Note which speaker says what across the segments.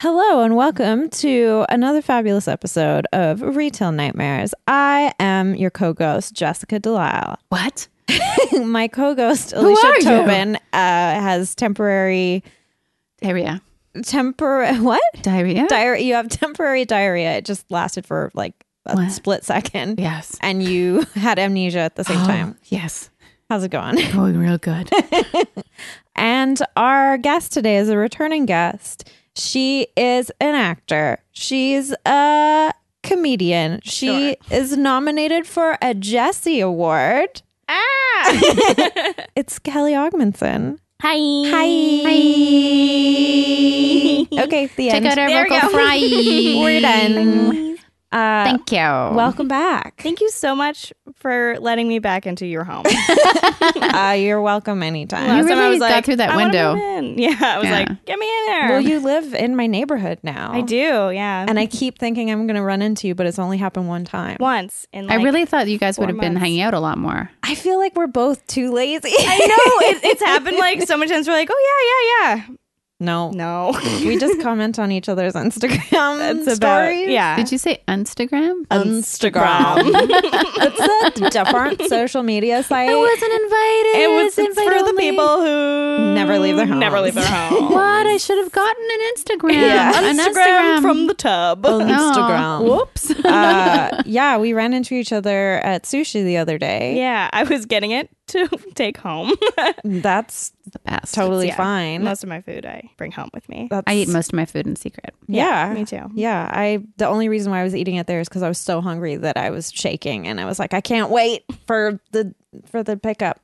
Speaker 1: Hello and welcome to another fabulous episode of Retail Nightmares. I am your co-ghost Jessica Delisle.
Speaker 2: What?
Speaker 1: My co-ghost
Speaker 2: are
Speaker 1: Alicia
Speaker 2: you?
Speaker 1: Tobin uh, has temporary
Speaker 2: Diarrhea.
Speaker 1: temporary what?
Speaker 2: Diarrhea?
Speaker 1: Diarrhea. You have temporary diarrhea. It just lasted for like a
Speaker 2: What?
Speaker 1: split second,
Speaker 2: yes.
Speaker 1: and you had amnesia at the same
Speaker 2: Oh,
Speaker 1: time. Uh,
Speaker 2: Yes.
Speaker 1: How's it going?
Speaker 2: Going real good.
Speaker 1: And our guest today is a returning guest. She is an actor. She's a comedian. She is nominated for a Jesse Award.
Speaker 2: ah!
Speaker 1: It's Kelly Ogmanson.
Speaker 2: Hi.
Speaker 1: Hi. Okay, the
Speaker 2: Check
Speaker 1: end.
Speaker 2: out our
Speaker 1: There we
Speaker 2: vocal
Speaker 1: go.
Speaker 2: fry.
Speaker 1: We're done. Uh,
Speaker 2: Thank you.
Speaker 1: welcome back.
Speaker 3: Thank you so much for letting me back into your home.
Speaker 1: Uh, you're welcome anytime.
Speaker 2: You
Speaker 3: Last time I
Speaker 2: really
Speaker 3: was
Speaker 2: got
Speaker 3: like,
Speaker 2: through that
Speaker 3: "I wanna
Speaker 2: window."
Speaker 3: move in. Yeah, I was
Speaker 2: Yeah.
Speaker 3: like, get me in there.
Speaker 1: Well, you live in my neighborhood now.
Speaker 3: I do, yeah.
Speaker 1: And I keep thinking I'm going to run into you, but it's only happened one time.
Speaker 3: Once in
Speaker 2: I
Speaker 3: like,
Speaker 2: really thought you guys would have been
Speaker 3: months.
Speaker 2: hanging out a lot more.
Speaker 1: I feel like we're both too lazy.
Speaker 3: I know it, it's happened like so many times. We're like, oh yeah, yeah, yeah.
Speaker 1: No.
Speaker 3: No,
Speaker 1: we just comment on each other's Instagram
Speaker 3: That's
Speaker 1: stories.
Speaker 3: about-
Speaker 1: Uh,
Speaker 3: yeah.
Speaker 2: Did you say Instagram?
Speaker 1: Instagram. it's a different social media site.
Speaker 2: wasn't invited.
Speaker 3: it was it's for the people who
Speaker 1: Never leave their
Speaker 3: Never
Speaker 1: homes.
Speaker 3: leave their home.
Speaker 2: What? I should have gotten an Instagram.
Speaker 1: Yeah.
Speaker 2: An
Speaker 3: Instagram Oh, from the tub.
Speaker 1: Instagram.
Speaker 2: Whoops.
Speaker 1: uh, yeah, we ran into each other at sushi the other day.
Speaker 3: Yeah, I was getting it to take home.
Speaker 1: That's
Speaker 2: the best.
Speaker 1: totally
Speaker 3: Yeah.
Speaker 1: fine.
Speaker 3: Most of my food I bring home with me.
Speaker 1: That's,
Speaker 2: I eat most of my food in secret.
Speaker 1: Yeah,
Speaker 3: me too.
Speaker 1: Yeah, I. The only reason why I was eating it there is because I was so hungry that I was shaking, and I was like, I can't wait for the for the pickup.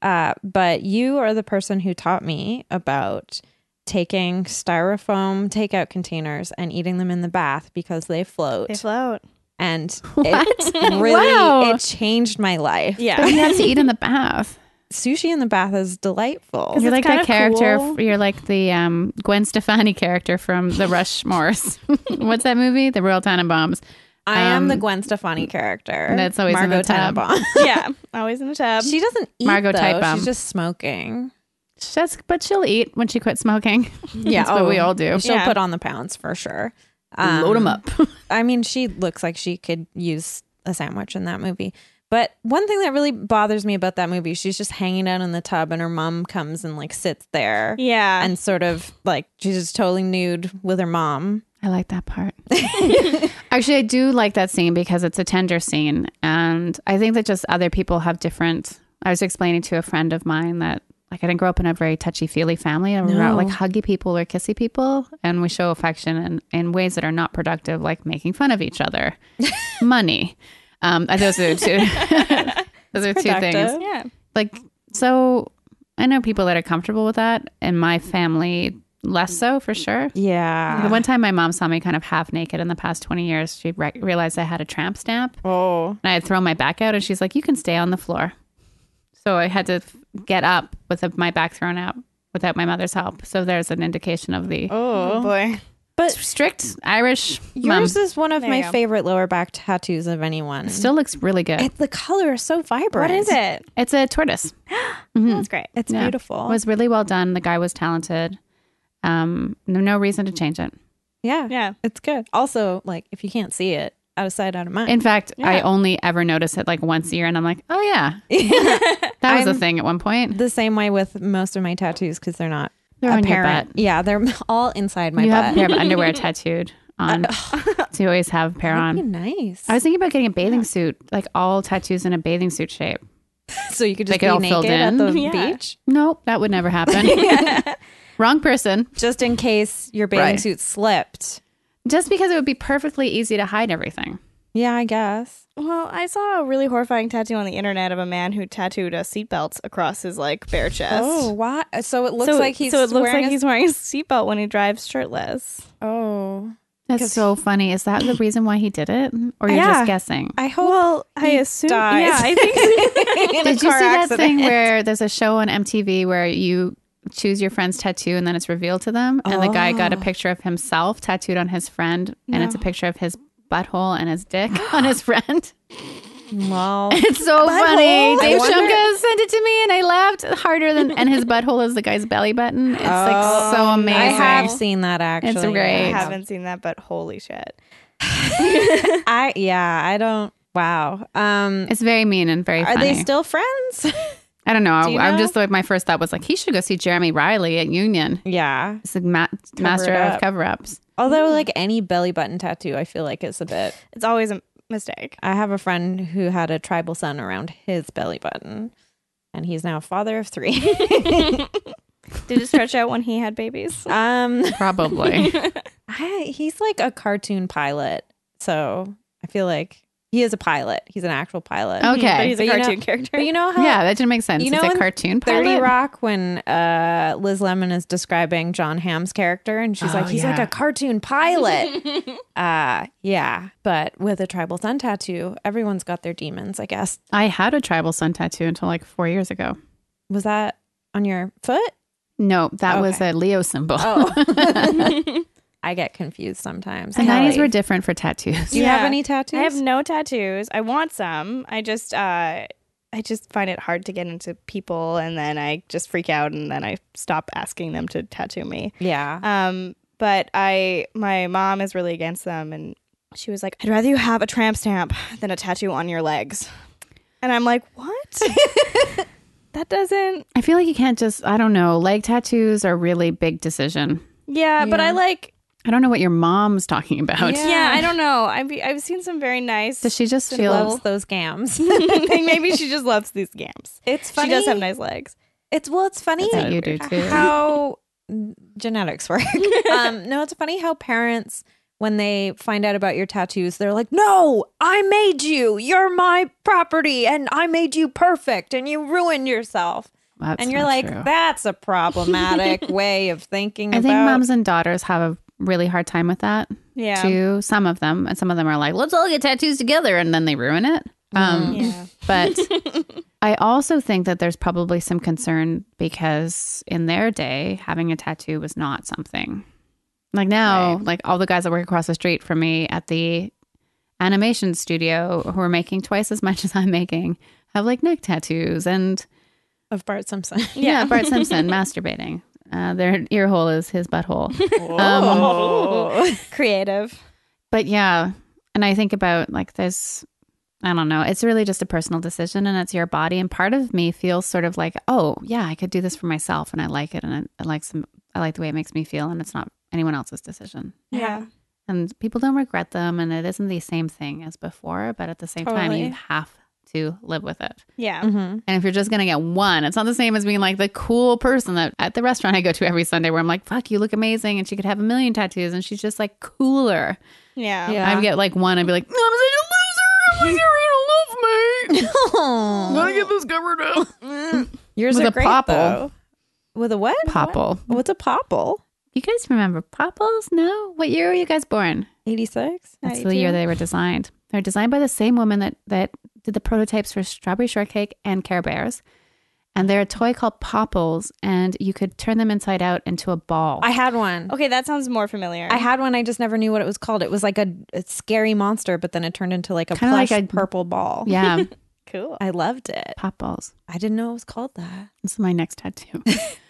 Speaker 1: Uh, but you are the person who taught me about taking styrofoam takeout containers and eating them in the bath because they float,
Speaker 3: They float.
Speaker 1: and
Speaker 2: What?
Speaker 1: it really
Speaker 2: Wow.
Speaker 1: it changed my life.
Speaker 2: But
Speaker 3: Yeah,
Speaker 2: you have to eat in the bath.
Speaker 1: Sushi in the bath is delightful.
Speaker 3: it's
Speaker 2: You're like
Speaker 3: kind
Speaker 2: that
Speaker 3: of
Speaker 2: character.
Speaker 3: cool.
Speaker 2: You're like the um, Gwen Stefani character from The Rushmores. What's that movie? The Royal Tenenbaums.
Speaker 1: I am
Speaker 2: Um,
Speaker 1: the Gwen Stefani character.
Speaker 2: that's always in the
Speaker 1: Margot
Speaker 2: tub.
Speaker 1: Tenenbaum.
Speaker 3: yeah. Always in the tub.
Speaker 1: She doesn't eat
Speaker 2: Margot
Speaker 1: though.
Speaker 2: Tenenbaum.
Speaker 1: She's just smoking.
Speaker 2: Just, but she'll eat when she quit smoking.
Speaker 1: Yeah,
Speaker 2: That's what oh, we all do.
Speaker 1: She'll
Speaker 3: Yeah.
Speaker 1: put on the pounds for sure. Um,
Speaker 2: Load 'em up.
Speaker 1: I mean, she looks like she could use a sandwich in that movie. But one thing that really bothers me about that movie, she's just hanging out in the tub, and her mom comes and like sits there
Speaker 3: yeah.
Speaker 1: and sort of like she's just totally nude with her mom.
Speaker 2: I like that part. Actually, I do like that scene because it's a tender scene. And I think that just other people have different. I was explaining to a friend of mine that, like, I didn't grow up in a very touchy feely family. And we're not like huggy people or kissy people. And we show affection in, in ways that are not productive, like making fun of each other, money. Um, those are the two. those are two things
Speaker 1: productive.
Speaker 3: yeah.
Speaker 2: like so i know people that are comfortable with that and my family less so for sure the
Speaker 1: Yeah.
Speaker 2: one time my mom saw me kind of half naked in the past 20 years she re- realized i had a tramp stamp
Speaker 1: Oh.
Speaker 2: and i had thrown my back out and she's like you can stay on the floor so i had to f- get up with the- my back thrown out without my mother's help so there's an indication of the
Speaker 3: Oh boy.
Speaker 2: strict irish mom
Speaker 1: Yours is one of
Speaker 3: There
Speaker 1: my
Speaker 3: you go.
Speaker 1: favorite lower back tattoos of anyone.
Speaker 2: still looks really good
Speaker 1: It- the color is so vibrant.
Speaker 3: What is it?
Speaker 2: it's a tortoise
Speaker 3: That's great.
Speaker 1: It's
Speaker 2: Yeah.
Speaker 1: beautiful.
Speaker 2: It was really well done the guy was talented um no, no reason to change it
Speaker 1: yeah.
Speaker 3: Yeah.
Speaker 1: It's good. Also, like if you can't see it, out of sight, out of mind.
Speaker 2: In fact, I
Speaker 3: Yeah.
Speaker 2: only ever notice it like once a year, and I'm like, oh yeah, that was a
Speaker 1: I'm-
Speaker 2: thing at one point.
Speaker 1: the same way with most of my tattoos because they're not
Speaker 2: They're on your
Speaker 1: apparent. Yeah, they're all inside my
Speaker 2: you have a
Speaker 1: butt.
Speaker 2: pair of underwear tattooed on. so you always have a pair
Speaker 1: That'd
Speaker 2: on.
Speaker 1: be nice.
Speaker 2: I was thinking about getting a bathing suit, like all tattoos in a bathing suit shape.
Speaker 1: so you could just be
Speaker 2: They could all
Speaker 1: naked
Speaker 2: filled
Speaker 1: at
Speaker 2: in.
Speaker 1: the
Speaker 3: Yeah.
Speaker 1: beach,
Speaker 2: Nope, that would never happen. Wrong person.
Speaker 1: just in case your bathing
Speaker 2: Right.
Speaker 1: suit slipped.
Speaker 2: Just because it would be perfectly easy to hide everything.
Speaker 1: Yeah, I guess.
Speaker 3: Well, I saw a really horrifying tattoo on the internet of a man who tattooed a seatbelt across his like bare chest.
Speaker 1: Oh, why? So it looks
Speaker 3: so,
Speaker 1: like he's
Speaker 3: so it looks
Speaker 1: wearing
Speaker 3: like
Speaker 1: a-
Speaker 3: he's wearing a seatbelt when he drives shirtless.
Speaker 1: Oh,
Speaker 2: That's so funny. Is that the reason why he did it, or you're
Speaker 3: Yeah.
Speaker 2: just guessing?
Speaker 1: I hope.
Speaker 3: Well, I
Speaker 1: he
Speaker 3: assume.
Speaker 1: dies.
Speaker 3: Yeah, I think.
Speaker 1: in
Speaker 2: Did
Speaker 1: a
Speaker 2: you
Speaker 1: car
Speaker 2: see that
Speaker 1: accident.
Speaker 2: thing where there's a show on MTV where you choose your friend's tattoo and then it's revealed to them? And the guy
Speaker 1: Oh.
Speaker 2: got a picture of himself tattooed on his friend, and it's a picture of his butthole and his dick on his friend.
Speaker 1: Well,
Speaker 2: It's so funny.
Speaker 1: I
Speaker 2: Dave
Speaker 1: wonder-
Speaker 2: Shumka sent it to me, and I laughed harder than. And his butthole is the guy's belly button. It's like so amazing.
Speaker 1: Oh, I have seen that actually.
Speaker 2: great.
Speaker 3: I
Speaker 2: Thanks.
Speaker 3: haven't seen that, but holy shit.
Speaker 1: I yeah, I don't. Wow. Um,
Speaker 2: It's very mean and very
Speaker 1: are they
Speaker 2: funny.
Speaker 1: still friends?
Speaker 2: I don't know.
Speaker 1: you
Speaker 2: I, am
Speaker 1: know?
Speaker 2: just like my first thought was like he should go see Jeremy Riley at Union.
Speaker 1: yeah.
Speaker 2: He's a ma- master
Speaker 1: it
Speaker 2: of
Speaker 1: up.
Speaker 2: cover-ups.
Speaker 1: Although, like any belly button tattoo, I feel like it's a bit.
Speaker 3: It's always a mistake.
Speaker 1: I have a friend who had a tribal son around his belly button, and he's now a father of three.
Speaker 3: Did it stretch out when he had babies?
Speaker 1: um,
Speaker 2: Probably.
Speaker 1: I, he's like a cartoon pilot, so I feel like he is a pilot. He's an actual pilot.
Speaker 2: Okay.
Speaker 3: But he's a
Speaker 1: But you know-
Speaker 3: cartoon character.
Speaker 1: But you know how
Speaker 2: yeah, that didn't make sense.
Speaker 1: You
Speaker 2: it's
Speaker 1: know
Speaker 2: a
Speaker 1: in
Speaker 2: cartoon
Speaker 1: 30
Speaker 2: pilot.
Speaker 1: Rock when uh, Liz Lemon is describing John Hamm's character, and she's
Speaker 2: Oh,
Speaker 1: like, he's like
Speaker 2: yeah.
Speaker 1: a cartoon pilot. uh, yeah, but with a tribal sun tattoo, everyone's got their demons, I guess.
Speaker 2: I had a tribal sun tattoo until like four years ago.
Speaker 1: Was that on your foot?
Speaker 2: No, that was
Speaker 1: Okay. Oh,
Speaker 2: a Leo symbol.
Speaker 3: Oh.
Speaker 1: I get confused sometimes.
Speaker 2: the nineties
Speaker 1: Kelly,
Speaker 2: were different for tattoos.
Speaker 1: Do you have
Speaker 3: Yeah.
Speaker 1: any tattoos?
Speaker 3: I have no tattoos. I want some. I just uh I just find it hard to get into people and then I just freak out and then I stop asking them to tattoo me.
Speaker 1: yeah.
Speaker 3: Um but I my mom is really against them and she was like, I'd rather you have a tramp stamp than a tattoo on your legs. And I'm like, What? that doesn't
Speaker 2: I feel like you can't just I don't know, leg tattoos are really big decision.
Speaker 3: yeah, but I like
Speaker 2: I don't know what your mom's talking about.
Speaker 1: Yeah.
Speaker 3: yeah, I don't know. I've I've seen some very nice
Speaker 2: Does she just
Speaker 1: she
Speaker 3: Oh.
Speaker 2: feel
Speaker 1: loves those gams.
Speaker 3: maybe she just loves these gams.
Speaker 1: it's
Speaker 3: She
Speaker 1: funny.
Speaker 3: does have nice legs.
Speaker 1: It's well, it's funny.
Speaker 2: that you do too?
Speaker 1: how genetics work. um, no, it's funny how parents, when they find out about your tattoos, they're like, "No, I made you. You're my property, and I made you perfect, and you ruined yourself."
Speaker 2: That's
Speaker 1: and you're
Speaker 2: not
Speaker 1: like,
Speaker 2: true.
Speaker 1: "That's a problematic way of thinking."
Speaker 2: I
Speaker 1: about.
Speaker 2: think moms and daughters have a really hard time with that
Speaker 3: Yeah.
Speaker 2: too. Some of them, and some of them are like, let's all get tattoos together, and then they ruin it. Um,
Speaker 3: Yeah.
Speaker 2: But I also think that there's probably some concern because in their day, having a tattoo was not something. Like now, like all the guys that work across the street from me at the animation studio who are making twice as much as I'm making have like neck tattoos and
Speaker 1: of Bart Simpson.
Speaker 2: yeah, Bart Simpson masturbating. Uh, their ear hole is his butthole. Um,
Speaker 1: Oh.
Speaker 3: Creative.
Speaker 2: but yeah, and I think about like this. I don't know. It's really just a personal decision, and it's your body. And part of me feels sort of like, oh yeah, I could do this for myself, and I like it, and I, I like some. I like the way it makes me feel, and it's not anyone else's decision.
Speaker 3: Yeah.
Speaker 2: And people don't regret them, and it isn't the same thing as before. But at the same time,
Speaker 1: Totally.
Speaker 2: you have to live with it.
Speaker 3: Yeah.
Speaker 1: Mhm.
Speaker 2: And if you're just gonna get one, it's not the same as being like the cool person that at the restaurant I go to every Sunday, where I'm like, fuck, you look amazing, and she could have a million tattoos, and she's just like cooler.
Speaker 3: Yeah.
Speaker 1: Yeah.
Speaker 2: I'd get like one. I'd be like, I'm such a loser. I'm like, you're gonna love me. I'm gonna get this covered up.
Speaker 1: Yours
Speaker 2: With
Speaker 1: are
Speaker 2: a
Speaker 1: great,
Speaker 2: popple.
Speaker 1: though. With a what?
Speaker 2: Popple.
Speaker 1: What's a popple?
Speaker 2: You guys remember popples? No. What year were you guys born?
Speaker 1: Eighty six.
Speaker 2: That's the year they were designed. They're designed by the same woman that that did the prototypes for Strawberry Shortcake and Care Bears. And they're a toy called Popples, and you could turn them inside out into a ball.
Speaker 1: I had one.
Speaker 3: Okay, that sounds more familiar.
Speaker 1: I had one. I just never knew what it was called. It was like a, a scary monster, but then it turned into like a
Speaker 2: Kinda
Speaker 1: plush
Speaker 2: like a-
Speaker 1: purple ball.
Speaker 2: yeah,
Speaker 3: cool.
Speaker 1: I loved it.
Speaker 2: Popples.
Speaker 1: I didn't know it was called that.
Speaker 2: This is my next tattoo.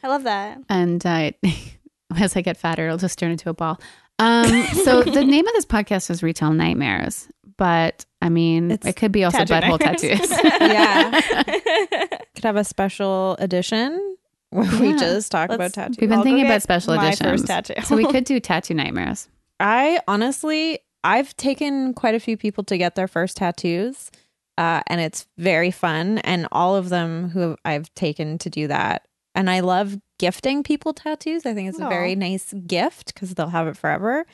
Speaker 3: I love that.
Speaker 2: and uh, as I get fatter, it'll just turn into a ball. Um, so the name of this podcast is Retail Nightmares, but I mean,
Speaker 1: It's
Speaker 2: it could be also
Speaker 3: tattoo
Speaker 2: butthole
Speaker 3: nightmares.
Speaker 2: tattoos.
Speaker 1: Yeah. Could have a special edition where we
Speaker 2: Yeah.
Speaker 1: just talk about
Speaker 3: Let's-
Speaker 1: tattoos.
Speaker 2: We've been
Speaker 3: I'll go
Speaker 2: thinking
Speaker 3: get
Speaker 2: about special
Speaker 3: my
Speaker 2: editions,
Speaker 3: first tattoo.
Speaker 2: so we could do tattoo nightmares.
Speaker 1: I honestly, I've taken quite a few people to get their first tattoos, uh, and it's very fun. And all of them who I've taken to do that, and I love gifting people tattoos. I think it's a
Speaker 3: Aw.
Speaker 1: very nice gift because they'll have it forever.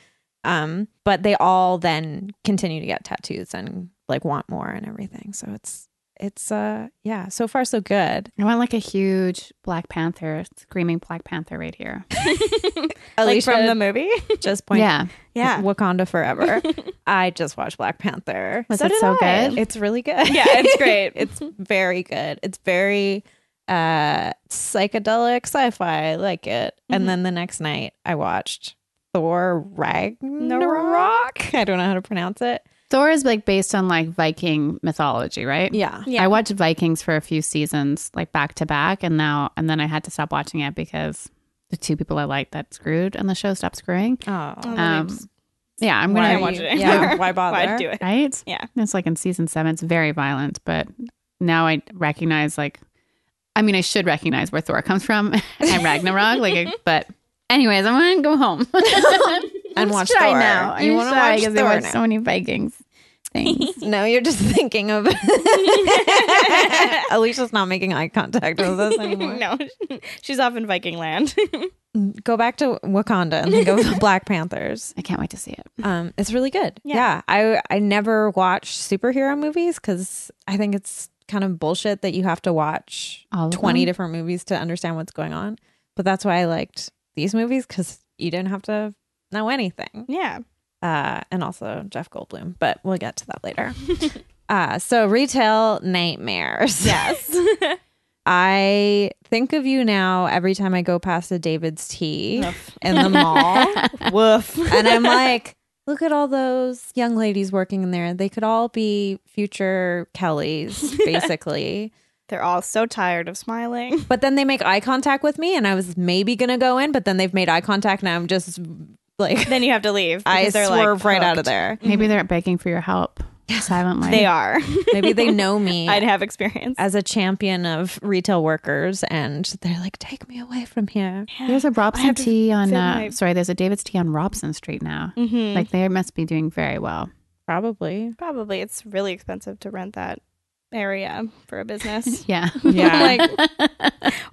Speaker 1: Um, but they all then continue to get tattoos and like want more and everything. So it's it's uh yeah, so far so good.
Speaker 2: Oh, I want like a huge Black Panther, screaming Black Panther right here.
Speaker 3: like
Speaker 1: Alicia
Speaker 3: from the movie.
Speaker 1: just point
Speaker 2: Yeah,
Speaker 3: yeah.
Speaker 1: Wakanda forever. I just watched Black Panther.
Speaker 2: was
Speaker 3: So
Speaker 2: it
Speaker 3: did
Speaker 2: so
Speaker 3: I.
Speaker 2: good?
Speaker 1: It's really good.
Speaker 3: Yeah, it's great.
Speaker 1: it's very good. It's very uh psychedelic sci-fi. I like it.
Speaker 2: Mm-hmm.
Speaker 1: And then the next night I watched Thor Ragnarok. I don't know how to pronounce it.
Speaker 2: Thor is like based on like Viking mythology, right?
Speaker 1: Yeah.
Speaker 3: Yeah.
Speaker 2: I watched Vikings for a few seasons, like back to back, and now and then I had to stop watching it because the two people I liked that screwed and the show stopped screwing.
Speaker 1: Oh.
Speaker 2: Um, yeah, I'm
Speaker 1: Why
Speaker 3: I
Speaker 2: gonna
Speaker 1: are
Speaker 3: watch
Speaker 1: you-
Speaker 3: it anymore.
Speaker 1: yeah, why bother?
Speaker 3: Why do it?
Speaker 2: right.
Speaker 3: Yeah.
Speaker 2: it's like in season seven. It's very violent, but now I recognize like, I mean, I should recognize where Thor comes from and Ragnarok. like, I- but anyways, I'm gonna go home
Speaker 1: And watch
Speaker 2: Try
Speaker 1: Thor.
Speaker 2: now.
Speaker 1: You
Speaker 2: Oh, I'm
Speaker 1: wanna
Speaker 2: sorry,
Speaker 1: watch
Speaker 2: 'cause I
Speaker 1: Thor
Speaker 2: watched
Speaker 1: now.
Speaker 2: so many Vikings things.
Speaker 1: No, you're just thinking of. Alicia's not making eye contact with us anymore.
Speaker 3: No, she's off in Viking land.
Speaker 1: Go back to Wakanda and think of the Black Panthers.
Speaker 2: I can't wait to see it.
Speaker 1: Um, it's really good.
Speaker 3: Yeah.
Speaker 1: Yeah, I I never watch superhero movies because I think it's kind of bullshit that you have to watch
Speaker 2: All of
Speaker 1: twenty
Speaker 2: them?
Speaker 1: different movies to understand what's going on. But that's why I liked these movies because you didn't have to know anything.
Speaker 3: yeah.
Speaker 1: uh, and also Jeff Goldblum, but we'll get to that later. uh, so, retail nightmares.
Speaker 3: Yes.
Speaker 1: I think of you now every time I go past a David's Tea in the mall.
Speaker 3: Woof.
Speaker 1: and I'm like, look at all those young ladies working in there. They could all be future Kellys, basically.
Speaker 3: They're all so tired of smiling.
Speaker 1: but then they make eye contact with me, and I was maybe going to go in, but then they've made eye contact, and I'm just like,
Speaker 3: Then you have to leave.
Speaker 1: I
Speaker 3: because they're, like,
Speaker 1: swerve right out of
Speaker 3: hooked.
Speaker 1: there.
Speaker 2: Maybe they're begging for your help silently.
Speaker 3: They are.
Speaker 1: Maybe they know me.
Speaker 3: I'd have experience.
Speaker 1: as a champion of retail workers and they're like take me away from here
Speaker 2: There's a Robson
Speaker 3: to
Speaker 2: tea on.
Speaker 3: fill
Speaker 2: Uh,
Speaker 3: my-
Speaker 2: Sorry, there's a David's tea on Robson Street now.
Speaker 1: Mm-hmm.
Speaker 3: Mhm.
Speaker 2: Like they must be doing very well.
Speaker 1: probably
Speaker 3: Probably it's really expensive to rent that area for a business.
Speaker 2: Yeah.
Speaker 1: yeah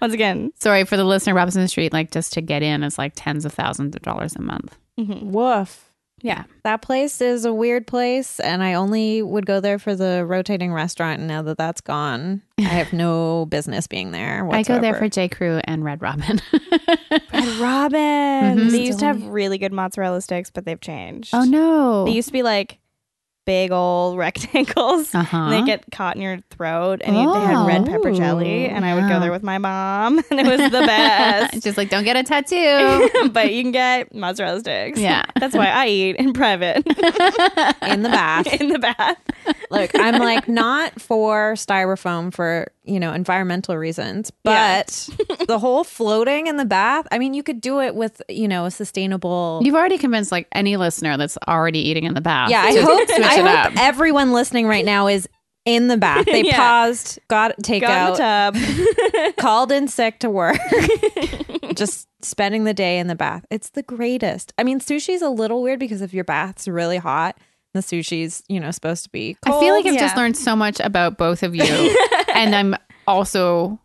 Speaker 3: Once again,
Speaker 2: sorry for the listener. Robson Street, like just to get in, is like tens of thousands of dollars a month.
Speaker 3: mhm.
Speaker 1: woof
Speaker 2: Yeah.
Speaker 1: that place is a weird place and i only would go there for the rotating restaurant and now that that's gone i have no business being there
Speaker 2: I go there for
Speaker 1: whatsoever.
Speaker 2: J Crew and Red Robin.
Speaker 3: Red Robin.
Speaker 2: Mhm.
Speaker 3: They used to have really good mozzarella sticks, but they've changed.
Speaker 2: oh no.
Speaker 3: They used to be like big old rectangles.
Speaker 2: uh-huh.
Speaker 3: And they get caught in your throat, and you, they had red pepper jelly.
Speaker 1: Oh.
Speaker 3: And I would go
Speaker 2: Yeah.
Speaker 3: there with my mom, and it was the best.
Speaker 2: Just like don't get a tattoo.
Speaker 3: but you can get mozzarella sticks.
Speaker 2: yeah.
Speaker 3: That's why I eat in private
Speaker 1: in the bath
Speaker 3: in the bath.
Speaker 1: like i'm like not for styrofoam for you know environmental reasons
Speaker 3: Yeah.
Speaker 1: but the whole floating in the bath i mean you could do it with you know a sustainable
Speaker 2: You've already convinced like any listener that's already eating in the bath.
Speaker 1: Yeah, I
Speaker 2: to
Speaker 1: hope,
Speaker 2: switch
Speaker 1: I
Speaker 2: it
Speaker 1: hope
Speaker 2: up.
Speaker 1: everyone listening right now is in the bath. They
Speaker 3: Yeah.
Speaker 1: paused, got
Speaker 3: Got in
Speaker 1: takeout,
Speaker 3: the tub.
Speaker 1: called in sick to work. Just spending the day in the bath. It's the greatest. I mean, sushi's a little weird because if your bath's really hot, the sushi's, you know, supposed to be cold.
Speaker 2: I feel like I've
Speaker 3: Cold,
Speaker 2: just
Speaker 3: yeah.
Speaker 2: learned so much about both of you, and I'm also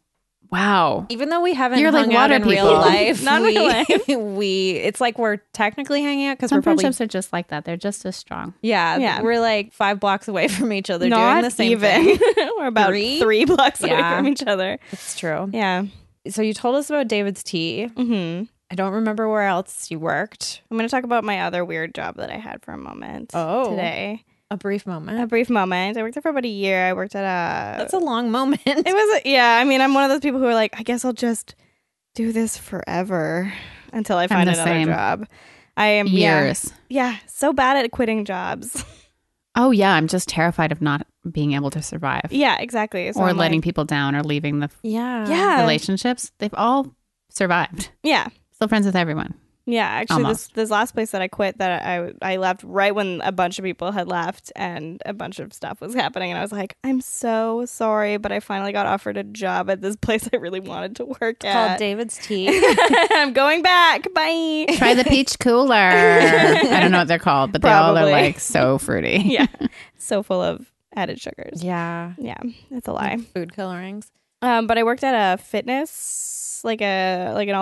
Speaker 2: wow.
Speaker 1: Even though we haven't
Speaker 2: You're like
Speaker 1: hung out
Speaker 2: water
Speaker 1: in real
Speaker 2: people.
Speaker 1: life,
Speaker 3: Not in
Speaker 1: we,
Speaker 3: real life.
Speaker 1: we it's like we're technically hanging out because we're
Speaker 2: Some
Speaker 1: probably
Speaker 2: friendships are just like that. They're just as strong.
Speaker 1: yeah,
Speaker 3: Yeah.
Speaker 1: we're like five blocks away from each other doing the same thing.
Speaker 3: even. We're about
Speaker 1: Three?
Speaker 3: three, blocks away
Speaker 1: Yeah.
Speaker 3: from each other.
Speaker 1: It's true.
Speaker 3: Yeah.
Speaker 1: So you told us about David's tea.
Speaker 3: hmm
Speaker 1: I don't remember where else you worked.
Speaker 3: I'm going to talk about my other weird job that I had for a moment
Speaker 1: Oh.
Speaker 3: today.
Speaker 1: A brief
Speaker 3: A
Speaker 1: moment.
Speaker 3: brief moment. I worked there for about a year. I worked at a.
Speaker 1: That's a long moment.
Speaker 3: it was, a, yeah. I mean, I'm one of those people who are like, I guess I'll just do this forever until I find
Speaker 2: the
Speaker 3: another
Speaker 2: same.
Speaker 3: job. I am yeah.
Speaker 2: Years.
Speaker 3: Yeah, so bad at quitting jobs.
Speaker 2: Oh yeah, I'm just terrified of not being able to survive
Speaker 3: yeah, exactly. So
Speaker 2: or
Speaker 3: I'm
Speaker 2: letting
Speaker 3: like,
Speaker 2: people down or leaving the
Speaker 1: yeah.
Speaker 3: yeah,
Speaker 2: relationships. They've all survived.
Speaker 3: yeah,
Speaker 2: Still friends with everyone.
Speaker 3: yeah. Actually, this,
Speaker 2: Almost.
Speaker 3: this last place that I quit, that I I left right when a bunch of people had left and a bunch of stuff was happening, and I was like, I'm so sorry, but I finally got offered a job at this place I really wanted to work
Speaker 1: Called
Speaker 3: at.
Speaker 1: David's tea.
Speaker 3: I'm going back. Bye.
Speaker 2: Try the peach cooler. I don't know what they're called, but they all
Speaker 3: Probably.
Speaker 2: are like so fruity.
Speaker 3: yeah, so full of added sugars.
Speaker 1: yeah.
Speaker 3: Yeah, it's a lie.
Speaker 1: Food colorings.
Speaker 3: Um, but I worked at a fitness, like a like an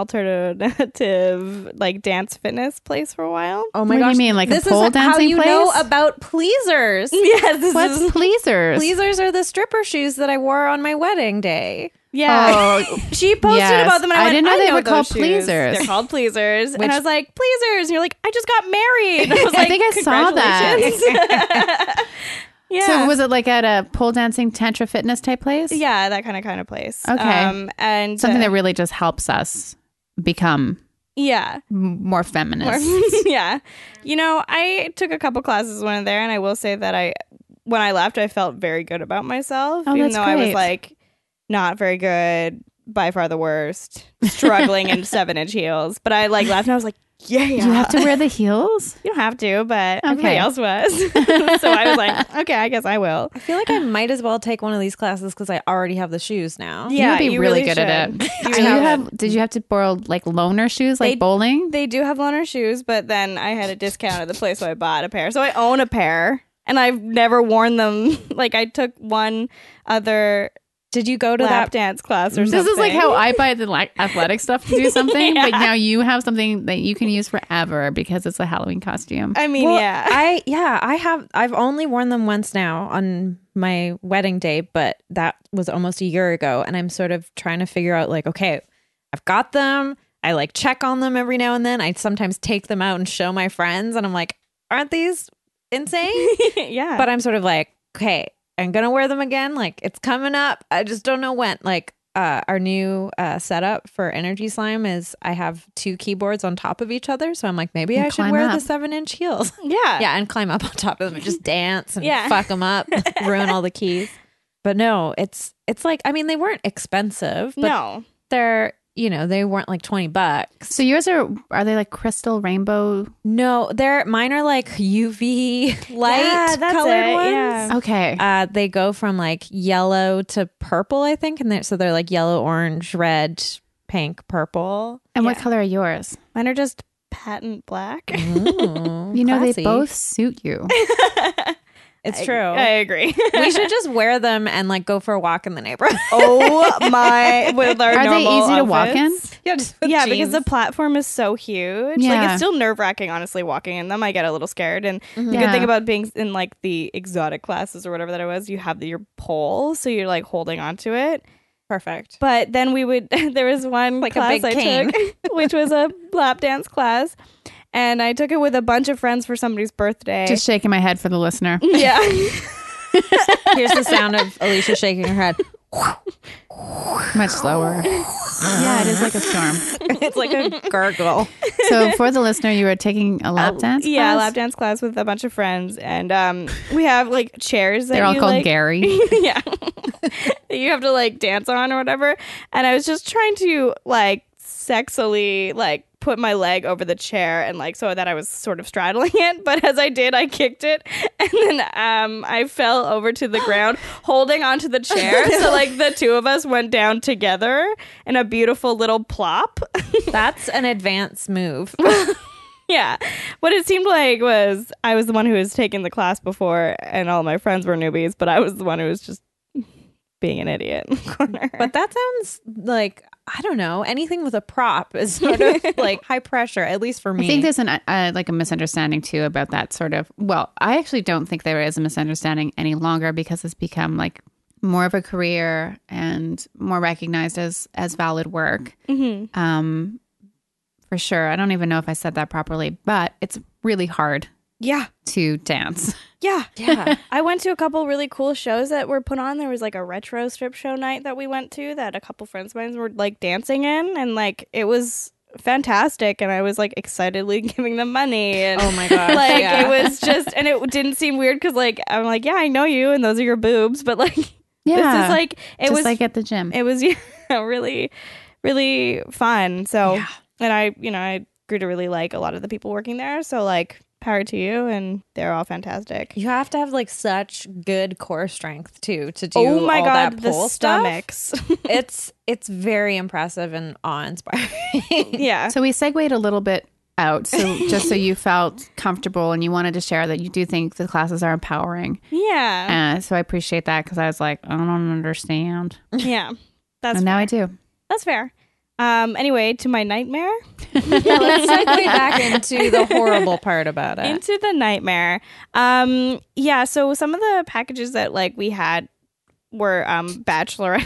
Speaker 3: alternative, like dance fitness place for a while.
Speaker 1: Oh
Speaker 2: What do you mean, like a
Speaker 1: this
Speaker 2: pole
Speaker 1: is how
Speaker 2: dancing
Speaker 1: you know
Speaker 2: place?
Speaker 1: about pleasers.
Speaker 3: Yes, this is
Speaker 2: What's pleasers?
Speaker 1: pleasers are the stripper shoes that I wore on my wedding day.
Speaker 3: yeah.
Speaker 2: Oh,
Speaker 3: She posted
Speaker 2: Yes.
Speaker 3: about them. And I,
Speaker 2: I
Speaker 3: went,
Speaker 2: didn't know they were
Speaker 3: those
Speaker 2: called
Speaker 3: shoes.
Speaker 2: pleasers.
Speaker 3: They're called pleasers,
Speaker 1: Which-
Speaker 3: and I was like pleasers, and you're like, I just got married. And I was
Speaker 2: I
Speaker 3: like,
Speaker 2: think I saw that.
Speaker 3: "Congratulations." yeah.
Speaker 2: so was it like at a pole dancing tantra fitness type place?
Speaker 3: yeah, that kind of kind of place.
Speaker 2: Okay.
Speaker 3: Um, and
Speaker 2: something
Speaker 3: uh,
Speaker 2: that really just helps us become
Speaker 3: yeah.
Speaker 2: M- more feminist.
Speaker 3: yeah. You know, I took a couple classes when there, and I will say that I, when I left, I felt very good about myself,
Speaker 2: Oh,
Speaker 3: even
Speaker 2: that's
Speaker 3: though I was
Speaker 2: great.
Speaker 3: like not very good, by far the worst, struggling in seven inch heels. But I like left, and I was like, yeah,
Speaker 2: You have to wear the heels.
Speaker 3: You don't have to, but everybody
Speaker 2: Okay.
Speaker 3: else was. so I was like, okay, I guess I will.
Speaker 1: I feel like I might as well take one of these classes because I already have the shoes now.
Speaker 2: you would be really, good at it.
Speaker 3: You
Speaker 2: And
Speaker 3: really
Speaker 2: you
Speaker 3: should.
Speaker 2: have? Did you have to borrow like loaner shoes, like
Speaker 3: They-
Speaker 2: bowling?
Speaker 3: They do have loaner shoes, but then I had a discount at the place, so I bought a pair. So I own a pair, and I've never worn them. Like I took one other
Speaker 1: Did you go to
Speaker 3: lap
Speaker 1: that?
Speaker 3: dance class or something.
Speaker 2: This is like how I buy the like athletic stuff to do something, but
Speaker 3: Yeah.
Speaker 2: now you have something that you can use forever because it's a Halloween costume.
Speaker 3: I mean,
Speaker 1: Well,
Speaker 3: yeah,
Speaker 1: I yeah, I have I've only worn them once now on my wedding day, but that was almost a year ago and I'm sort of trying to figure out like okay, I've got them. I like check on them every now and then. I sometimes take them out and show my friends and I'm like, aren't these insane?
Speaker 3: yeah.
Speaker 1: but I'm sort of like, okay, I'm gonna wear them again. Like it's coming up. I just don't know when. Like uh, our new uh, setup for Energy Slime is I have two keyboards on top of each other, so I'm like, maybe
Speaker 2: And
Speaker 1: I should
Speaker 2: climb
Speaker 1: wear the
Speaker 2: up.
Speaker 1: seven inch heels.
Speaker 3: yeah,
Speaker 1: yeah, and climb up on top of them and just dance and
Speaker 3: Yeah.
Speaker 1: fuck them up, ruin all the keys. But no, it's it's like I mean they weren't expensive, but
Speaker 3: no,
Speaker 1: they're you know they weren't like twenty bucks.
Speaker 2: so yours are are they like crystal rainbow?
Speaker 1: No, they're mine are like UV light
Speaker 3: Yeah, that's
Speaker 1: colored
Speaker 3: it,
Speaker 1: ones.
Speaker 3: yeah.
Speaker 2: Okay,
Speaker 1: uh, they go from like yellow to purple, I think, and they're, so they're like yellow, orange, red, pink, purple.
Speaker 2: and what
Speaker 3: yeah.
Speaker 2: color are yours?
Speaker 3: mine are just patent black.
Speaker 1: Ooh,
Speaker 2: You know
Speaker 1: classy.
Speaker 2: they both suit you.
Speaker 1: It's
Speaker 3: I-
Speaker 1: true.
Speaker 3: I, agree.
Speaker 1: we should just wear them and like go for a walk in the neighborhood.
Speaker 3: oh my! With our
Speaker 2: Are they
Speaker 3: normal
Speaker 2: easy to walk in?
Speaker 3: outfits.
Speaker 1: yeah, just with
Speaker 3: yeah,
Speaker 1: jeans.
Speaker 3: because the platform is so huge. Like
Speaker 2: Yeah.
Speaker 3: it's still nerve wracking, honestly, walking in them. I get a little scared. And
Speaker 1: Mm-hmm.
Speaker 3: the
Speaker 2: Yeah.
Speaker 3: good thing about being in like the exotic classes or whatever that it was, you have your pole, so you're like holding onto it.
Speaker 1: perfect.
Speaker 3: But then we would there was one
Speaker 1: Like a
Speaker 3: class
Speaker 1: big
Speaker 3: I
Speaker 1: cane.
Speaker 3: took, which was a lap dance class, and I took it with a bunch of friends for somebody's birthday.
Speaker 2: Just shaking my head for the listener.
Speaker 3: yeah,
Speaker 1: Here's the sound of Alicia shaking her head.
Speaker 2: Much slower. yeah, it is like a storm.
Speaker 1: it's like a gurgle.
Speaker 2: So for the listener, you were taking a lap dance.
Speaker 3: yeah,
Speaker 2: class?
Speaker 3: lap dance class with a bunch of friends, and um, we have like chairs. That
Speaker 2: They're all
Speaker 3: you,
Speaker 2: called
Speaker 3: like-
Speaker 2: Gary.
Speaker 3: yeah. that you have to like dance on or whatever. And I was just trying to like sexily like put my leg over the chair and like so that I was sort of straddling it. But as I did, I kicked it and then um I fell over to the ground holding onto the chair. So like the two of us went down together in a beautiful little plop.
Speaker 1: That's an advanced move.
Speaker 3: yeah. What it seemed like was I was the one who was taking the class before and all my friends were newbies, but I was the one who was just being an idiot in the corner.
Speaker 1: But that sounds like I don't know anything with a prop is sort of like high pressure, at least for me.
Speaker 2: I think there's an uh, like a misunderstanding too about that sort of. Well, I actually don't think there is a misunderstanding any longer because it's become like more of a career and more recognized as as valid work.
Speaker 3: mm-hmm.
Speaker 2: Um, for sure. I don't even know if I said that properly, but it's really hard
Speaker 3: Yeah.
Speaker 2: to dance.
Speaker 3: Yeah.
Speaker 1: yeah.
Speaker 3: I went to a couple really cool shows that were put on. There was like a retro strip show night that we went to that a couple friends of mine were like dancing in and like it was fantastic and I was like excitedly giving them money and
Speaker 1: Oh my god.
Speaker 3: like
Speaker 1: yeah.
Speaker 3: it was just and it didn't seem weird cuz like I'm like yeah, I know you and those are your boobs, but like this is like it
Speaker 2: just
Speaker 3: was
Speaker 2: like at the gym.
Speaker 3: it was yeah, really really fun. So and I, you know, I grew to really like a lot of the people working there, so like power to you and they're all fantastic.
Speaker 1: You have to have like such good core strength too to do.
Speaker 3: oh my
Speaker 1: all
Speaker 3: god,
Speaker 1: that
Speaker 3: the
Speaker 1: pole stuff.
Speaker 3: stomachs.
Speaker 1: It's it's very impressive and awe inspiring.
Speaker 3: yeah.
Speaker 2: so we segued a little bit out, so just so you felt comfortable and you wanted to share that you do think the classes are empowering.
Speaker 3: Yeah.
Speaker 2: Uh, so I appreciate that because I was like, I don't understand,
Speaker 3: yeah. That's
Speaker 2: and now
Speaker 3: fair.
Speaker 2: I do.
Speaker 3: That's fair. Um anyway, to my nightmare.
Speaker 1: Let's segue back into the horrible part about it.
Speaker 3: Into the nightmare. Um yeah, so some of the packages that like we had were um bachelorette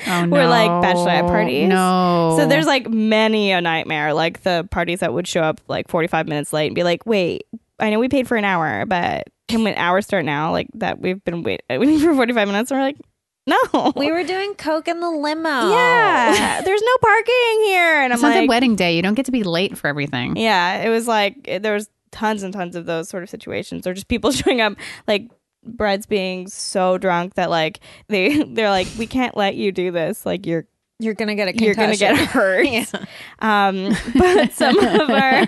Speaker 2: Oh no,
Speaker 3: We're like bachelorette parties.
Speaker 2: No,
Speaker 3: So there's like many a nightmare, like the parties that would show up like 45 minutes late and be like, wait, I know we paid for an hour, but can an hour start now? Like that we've been wait- waiting for 45 minutes. And we're like, No.
Speaker 1: We were doing coke in the limo.
Speaker 3: yeah. There's no parking here. And I'm
Speaker 2: It's not the
Speaker 3: like,
Speaker 2: wedding day. You don't get to be late for everything.
Speaker 3: yeah, it was like, it- there was tons and tons of those sort of situations or just people showing up like brides being so drunk that like they, they're like, we can't let you do this. Like you're,
Speaker 1: You're gonna get a concussion.
Speaker 3: you're going to get hurt. Um, but some of our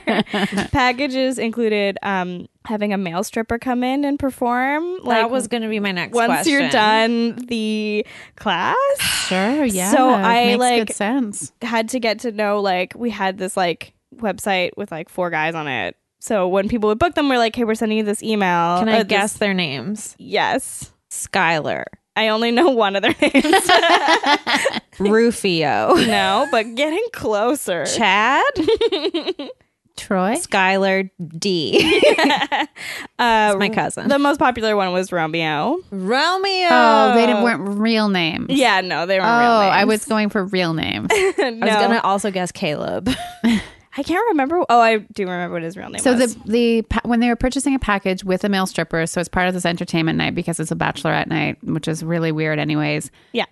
Speaker 3: packages included, um, having a male stripper come in and perform. Like
Speaker 1: that was gonna be my next
Speaker 3: once
Speaker 1: question.
Speaker 3: you're done the class.
Speaker 2: Sure. Yeah.
Speaker 3: So I,
Speaker 2: makes
Speaker 3: like-
Speaker 2: good sense.
Speaker 3: had to get to know like we had this like website with like four guys on it. So when people would book them, we're like, "Hey, we're sending you this email."
Speaker 1: Can I
Speaker 3: or this-
Speaker 1: guess their names?
Speaker 3: Yes,
Speaker 1: uh, Skylar.
Speaker 3: I only know one of their names
Speaker 1: Rufio.
Speaker 3: now, but getting closer.
Speaker 1: Chad?
Speaker 2: Troy.
Speaker 1: Skylar D.
Speaker 3: Uh,
Speaker 1: That's my cousin.
Speaker 3: the most popular one was Romeo.
Speaker 1: Romeo.
Speaker 2: Oh, they didn't weren't real names.
Speaker 3: Yeah, no, they
Speaker 2: Oh,
Speaker 3: weren't. real
Speaker 2: I
Speaker 3: names.
Speaker 2: was going for real names.
Speaker 1: I
Speaker 3: no,
Speaker 1: was
Speaker 3: I,
Speaker 1: gonna also guess Caleb.
Speaker 3: can't remember. Oh, I do remember what his real name
Speaker 2: So
Speaker 3: was.
Speaker 2: the the pa- when they were purchasing a package with a male stripper, so it's part of this entertainment night because it's a bachelorette night, which is really weird, anyways.
Speaker 3: yeah,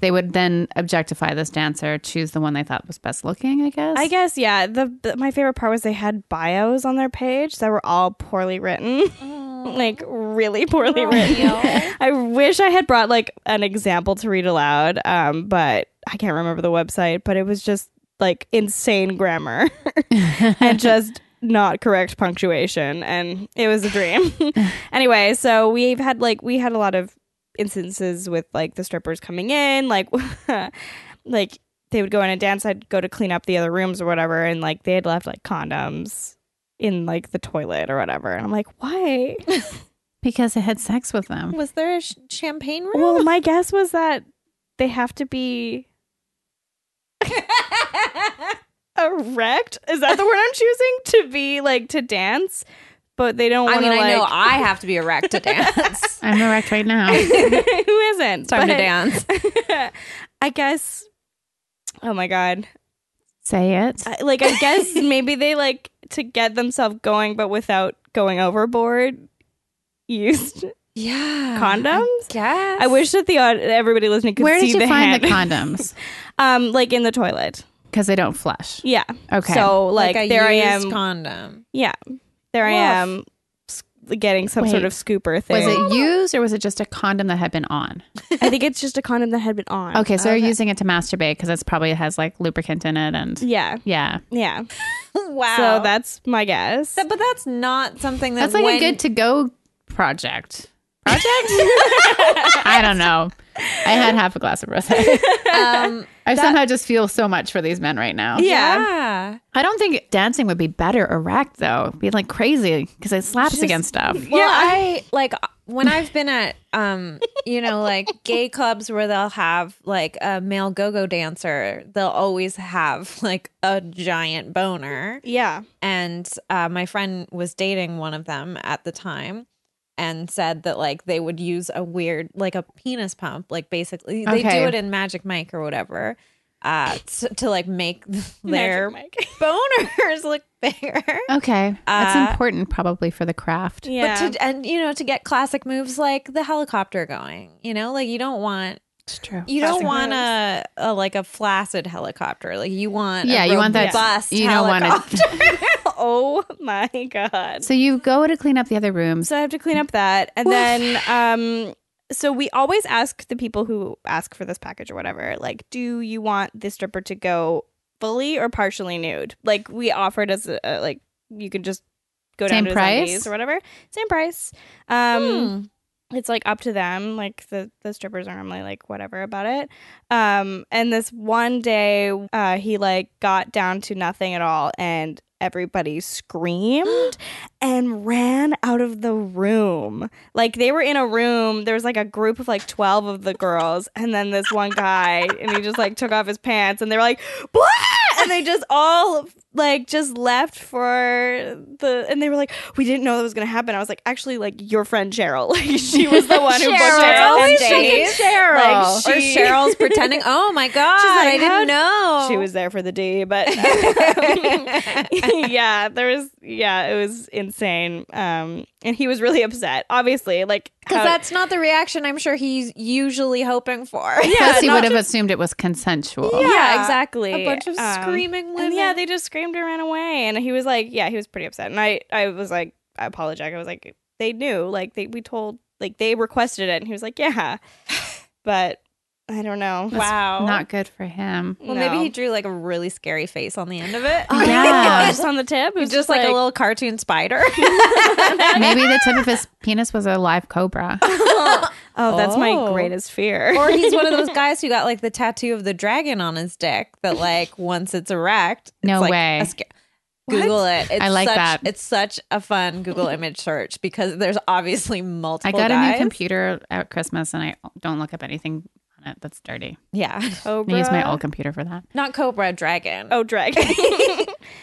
Speaker 2: They would then objectify this dancer, choose the one they thought was best looking. I guess.
Speaker 3: I guess yeah. The, the my favorite part was they had bios on their page that were all poorly written, like really poorly written. I wish I had brought like an example to read aloud, um, but I can't remember the website. But it was just like insane grammar and just not correct punctuation, and it was a dream. anyway, so we've had like we had a lot of instances with like the strippers coming in, like like they would go in and dance. I'd go to clean up the other rooms or whatever, and like they had left like condoms in like the toilet or whatever, and I'm like, why?
Speaker 2: because I had sex with them.
Speaker 1: Was there a sh- champagne room?
Speaker 3: Well, my guess was that they have to be erect. Is that the word I'm choosing to be like to dance? But they don't
Speaker 1: I
Speaker 3: want
Speaker 1: mean,
Speaker 3: to.
Speaker 1: I know
Speaker 3: like,
Speaker 1: I have to be erect to dance.
Speaker 2: I'm erect right now.
Speaker 3: who isn't. But
Speaker 1: Time to dance.
Speaker 3: I guess. Oh my god!
Speaker 2: Say it.
Speaker 3: I, like I guess maybe they like to get themselves going, but without going overboard. Used
Speaker 1: Yeah.
Speaker 3: condoms.
Speaker 1: Uh-huh. Yes.
Speaker 3: I wish that the aud- everybody listening could
Speaker 2: Where
Speaker 3: see
Speaker 2: did you
Speaker 3: the
Speaker 2: find
Speaker 3: hand.
Speaker 2: the condoms?
Speaker 3: um, like in the toilet.
Speaker 2: Because they don't flush.
Speaker 3: Yeah.
Speaker 2: Okay.
Speaker 3: So like, there I am.
Speaker 1: Condom.
Speaker 3: yeah. There I am s- getting some sort
Speaker 2: Wait.
Speaker 3: of scooper
Speaker 2: was
Speaker 3: thing.
Speaker 2: it used or was it just a condom that had been on?
Speaker 3: I think it's just a condom that had been on.
Speaker 2: Okay, so they're using it to masturbate because it's probably has like lubricant in it and
Speaker 3: Yeah.
Speaker 2: yeah.
Speaker 3: Yeah.
Speaker 1: Wow.
Speaker 3: So that's my guess.
Speaker 1: That- but that's not something that
Speaker 2: That's like
Speaker 1: when-
Speaker 2: a good to go project. Project? I don't know. I had half a glass of rosé.
Speaker 1: um,
Speaker 2: I somehow just feel so much for these men right now.
Speaker 3: yeah.
Speaker 1: yeah.
Speaker 2: I don't think dancing would be better erect though. It'd be like crazy because it slaps
Speaker 1: Just-
Speaker 2: against stuff.
Speaker 1: Well, I like when I've been at um, you know, like gay clubs where they'll have like a male go-go dancer, they'll always have like a giant boner.
Speaker 3: Yeah.
Speaker 1: And uh, my friend was dating one of them at the time and said that like they would use a weird like a penis pump, like basically they
Speaker 2: Okay.
Speaker 1: do it in Magic Mike or whatever. Uh, to, to like make their
Speaker 3: Magic mic.
Speaker 1: boners look bigger.
Speaker 2: Okay. That's
Speaker 1: Uh,
Speaker 2: important probably for the craft.
Speaker 3: Yeah.
Speaker 1: But to, and you know, to get classic moves like the helicopter going, you know, like you don't want
Speaker 2: It's true.
Speaker 1: you
Speaker 3: Classic
Speaker 1: don't want a, a like a flaccid helicopter. Like you want
Speaker 2: Yeah,
Speaker 1: a
Speaker 2: you want that-
Speaker 1: robust
Speaker 2: you don't want it-
Speaker 1: helicopter.
Speaker 3: oh my god.
Speaker 2: So you go to clean up the other rooms.
Speaker 3: So I have to clean up that. And then um so we always ask the people who ask for this package or whatever, like, do you want this stripper to go fully or partially nude? Like we offered as a, a- like you can just go down
Speaker 2: Same
Speaker 3: to his
Speaker 2: price? Hmm.
Speaker 3: undies or whatever. Same price. Um it's like up to them. Like the, the strippers are normally like whatever about it. Um and this one day uh he like got down to nothing at all and everybody screamed and ran out of the room. Like they were in a room. There was like a group of like twelve of the girls, and then this one guy, and he just like took off his pants, and they were like, "Blah!" and they just all like just left for the, and they were like, "We didn't know that was gonna happen." I was like, "Actually, like your friend Cheryl, like she was the one who booked
Speaker 1: Cheryl.
Speaker 3: it."
Speaker 1: It's always
Speaker 3: And
Speaker 1: fucking
Speaker 3: Cheryl.
Speaker 1: or Cheryl's pretending, oh my god, I
Speaker 3: "How'd-"
Speaker 1: didn't know.
Speaker 3: She was there for the D, but yeah, there was yeah, it was insane. Um, and he was really upset. Obviously, like how-
Speaker 1: Because that's not the reaction I'm sure he's usually hoping for.
Speaker 2: Plus, he
Speaker 3: not
Speaker 2: would have assumed it was consensual.
Speaker 1: Yeah,
Speaker 3: Yeah.
Speaker 1: exactly.
Speaker 3: A bunch of
Speaker 1: um, screaming
Speaker 3: And yeah, they just screamed and ran away. And he was like, yeah, he was pretty upset. And I, I was like, I apologize. I was like, they knew, like they, we told, like they requested it. And he was like, yeah, but I don't know.
Speaker 2: That's Not good for him.
Speaker 1: well,
Speaker 3: No.
Speaker 1: maybe he drew like a really scary face on the end of it.
Speaker 2: Oh, yeah.
Speaker 3: just on the tip. It was
Speaker 1: Just, like, a little cartoon spider.
Speaker 2: Maybe the tip of his penis was a live cobra.
Speaker 3: Oh, that's my
Speaker 1: Oh.
Speaker 3: greatest fear.
Speaker 1: or he's one of those guys who got like the tattoo of the dragon on his dick that like once it's erect. It's,
Speaker 2: No
Speaker 1: like,
Speaker 2: way.
Speaker 1: a sca- Google it. It's
Speaker 2: I like
Speaker 1: such,
Speaker 2: that.
Speaker 1: It's such a fun Google image search because there's obviously multiple.
Speaker 2: I got a new
Speaker 1: guys.
Speaker 2: computer at Christmas and I don't look up anything on it that's dirty.
Speaker 1: Yeah,
Speaker 2: I use my old computer for that.
Speaker 1: not Cobra Dragon.
Speaker 3: oh dragon.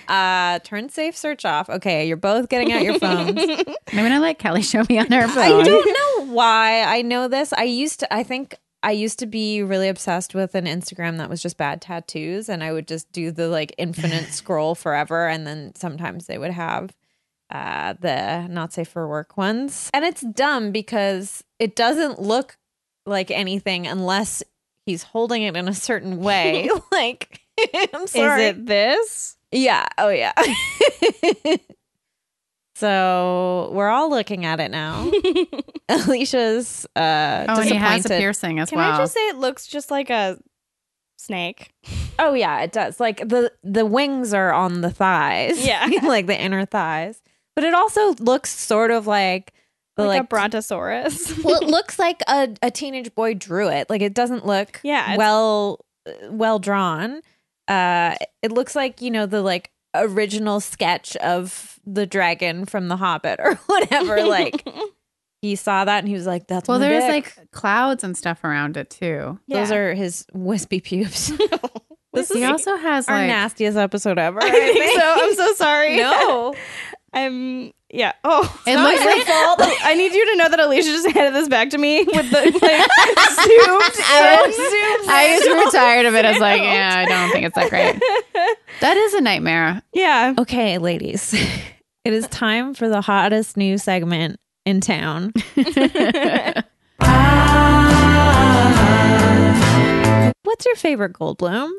Speaker 1: Uh, turn safe search off. Okay, you're both getting out your phones.
Speaker 2: Maybe not let Kelly show me on her
Speaker 1: I
Speaker 2: phone.
Speaker 1: don't know why I know this. I used to, I think I used to be really obsessed with an Instagram that was just bad tattoos, and I would just do the like infinite scroll forever. And then sometimes they would have uh, the not safe for work ones. And it's dumb because it doesn't look like anything unless he's holding it in a certain way. like, I'm sorry.
Speaker 3: Is it this?
Speaker 1: Yeah. Oh, yeah. so we're all looking at it now. Alicia's uh,
Speaker 2: Oh, and he has a
Speaker 1: disappointed.
Speaker 2: piercing as
Speaker 3: Can
Speaker 2: well.
Speaker 3: I just say it looks just like a snake?
Speaker 1: oh, yeah, it does. Like the the wings are on the thighs.
Speaker 3: Yeah.
Speaker 1: like the inner thighs. But it also looks sort of like the
Speaker 3: Like,
Speaker 1: like.
Speaker 3: a brontosaurus.
Speaker 1: well, it looks like a, a teenage boy drew it. Like it doesn't look
Speaker 3: Yeah, it's-
Speaker 1: well well drawn. Uh, it looks like you know the like original sketch of the dragon from The Hobbit or whatever. like he saw that and he was like, "That's
Speaker 2: well,
Speaker 1: my
Speaker 2: there's
Speaker 1: dick."
Speaker 2: like clouds and stuff around it too.
Speaker 1: Those are his wispy pubes.
Speaker 3: this
Speaker 2: He also has
Speaker 1: Our
Speaker 2: like
Speaker 1: nastiest episode ever.
Speaker 3: I think so. I'm so sorry.
Speaker 1: No,
Speaker 3: I'm yeah. Oh.
Speaker 2: it looks like
Speaker 3: I need you to know that Alicia just handed this back to me with the like, zoomed in, zoomed in.
Speaker 2: I just grew tired of it. I was like, yeah, I don't think it's that great. That is a nightmare.
Speaker 3: Yeah.
Speaker 1: Okay, ladies, it is time for the hottest new segment in town. What's your favorite Goldblum?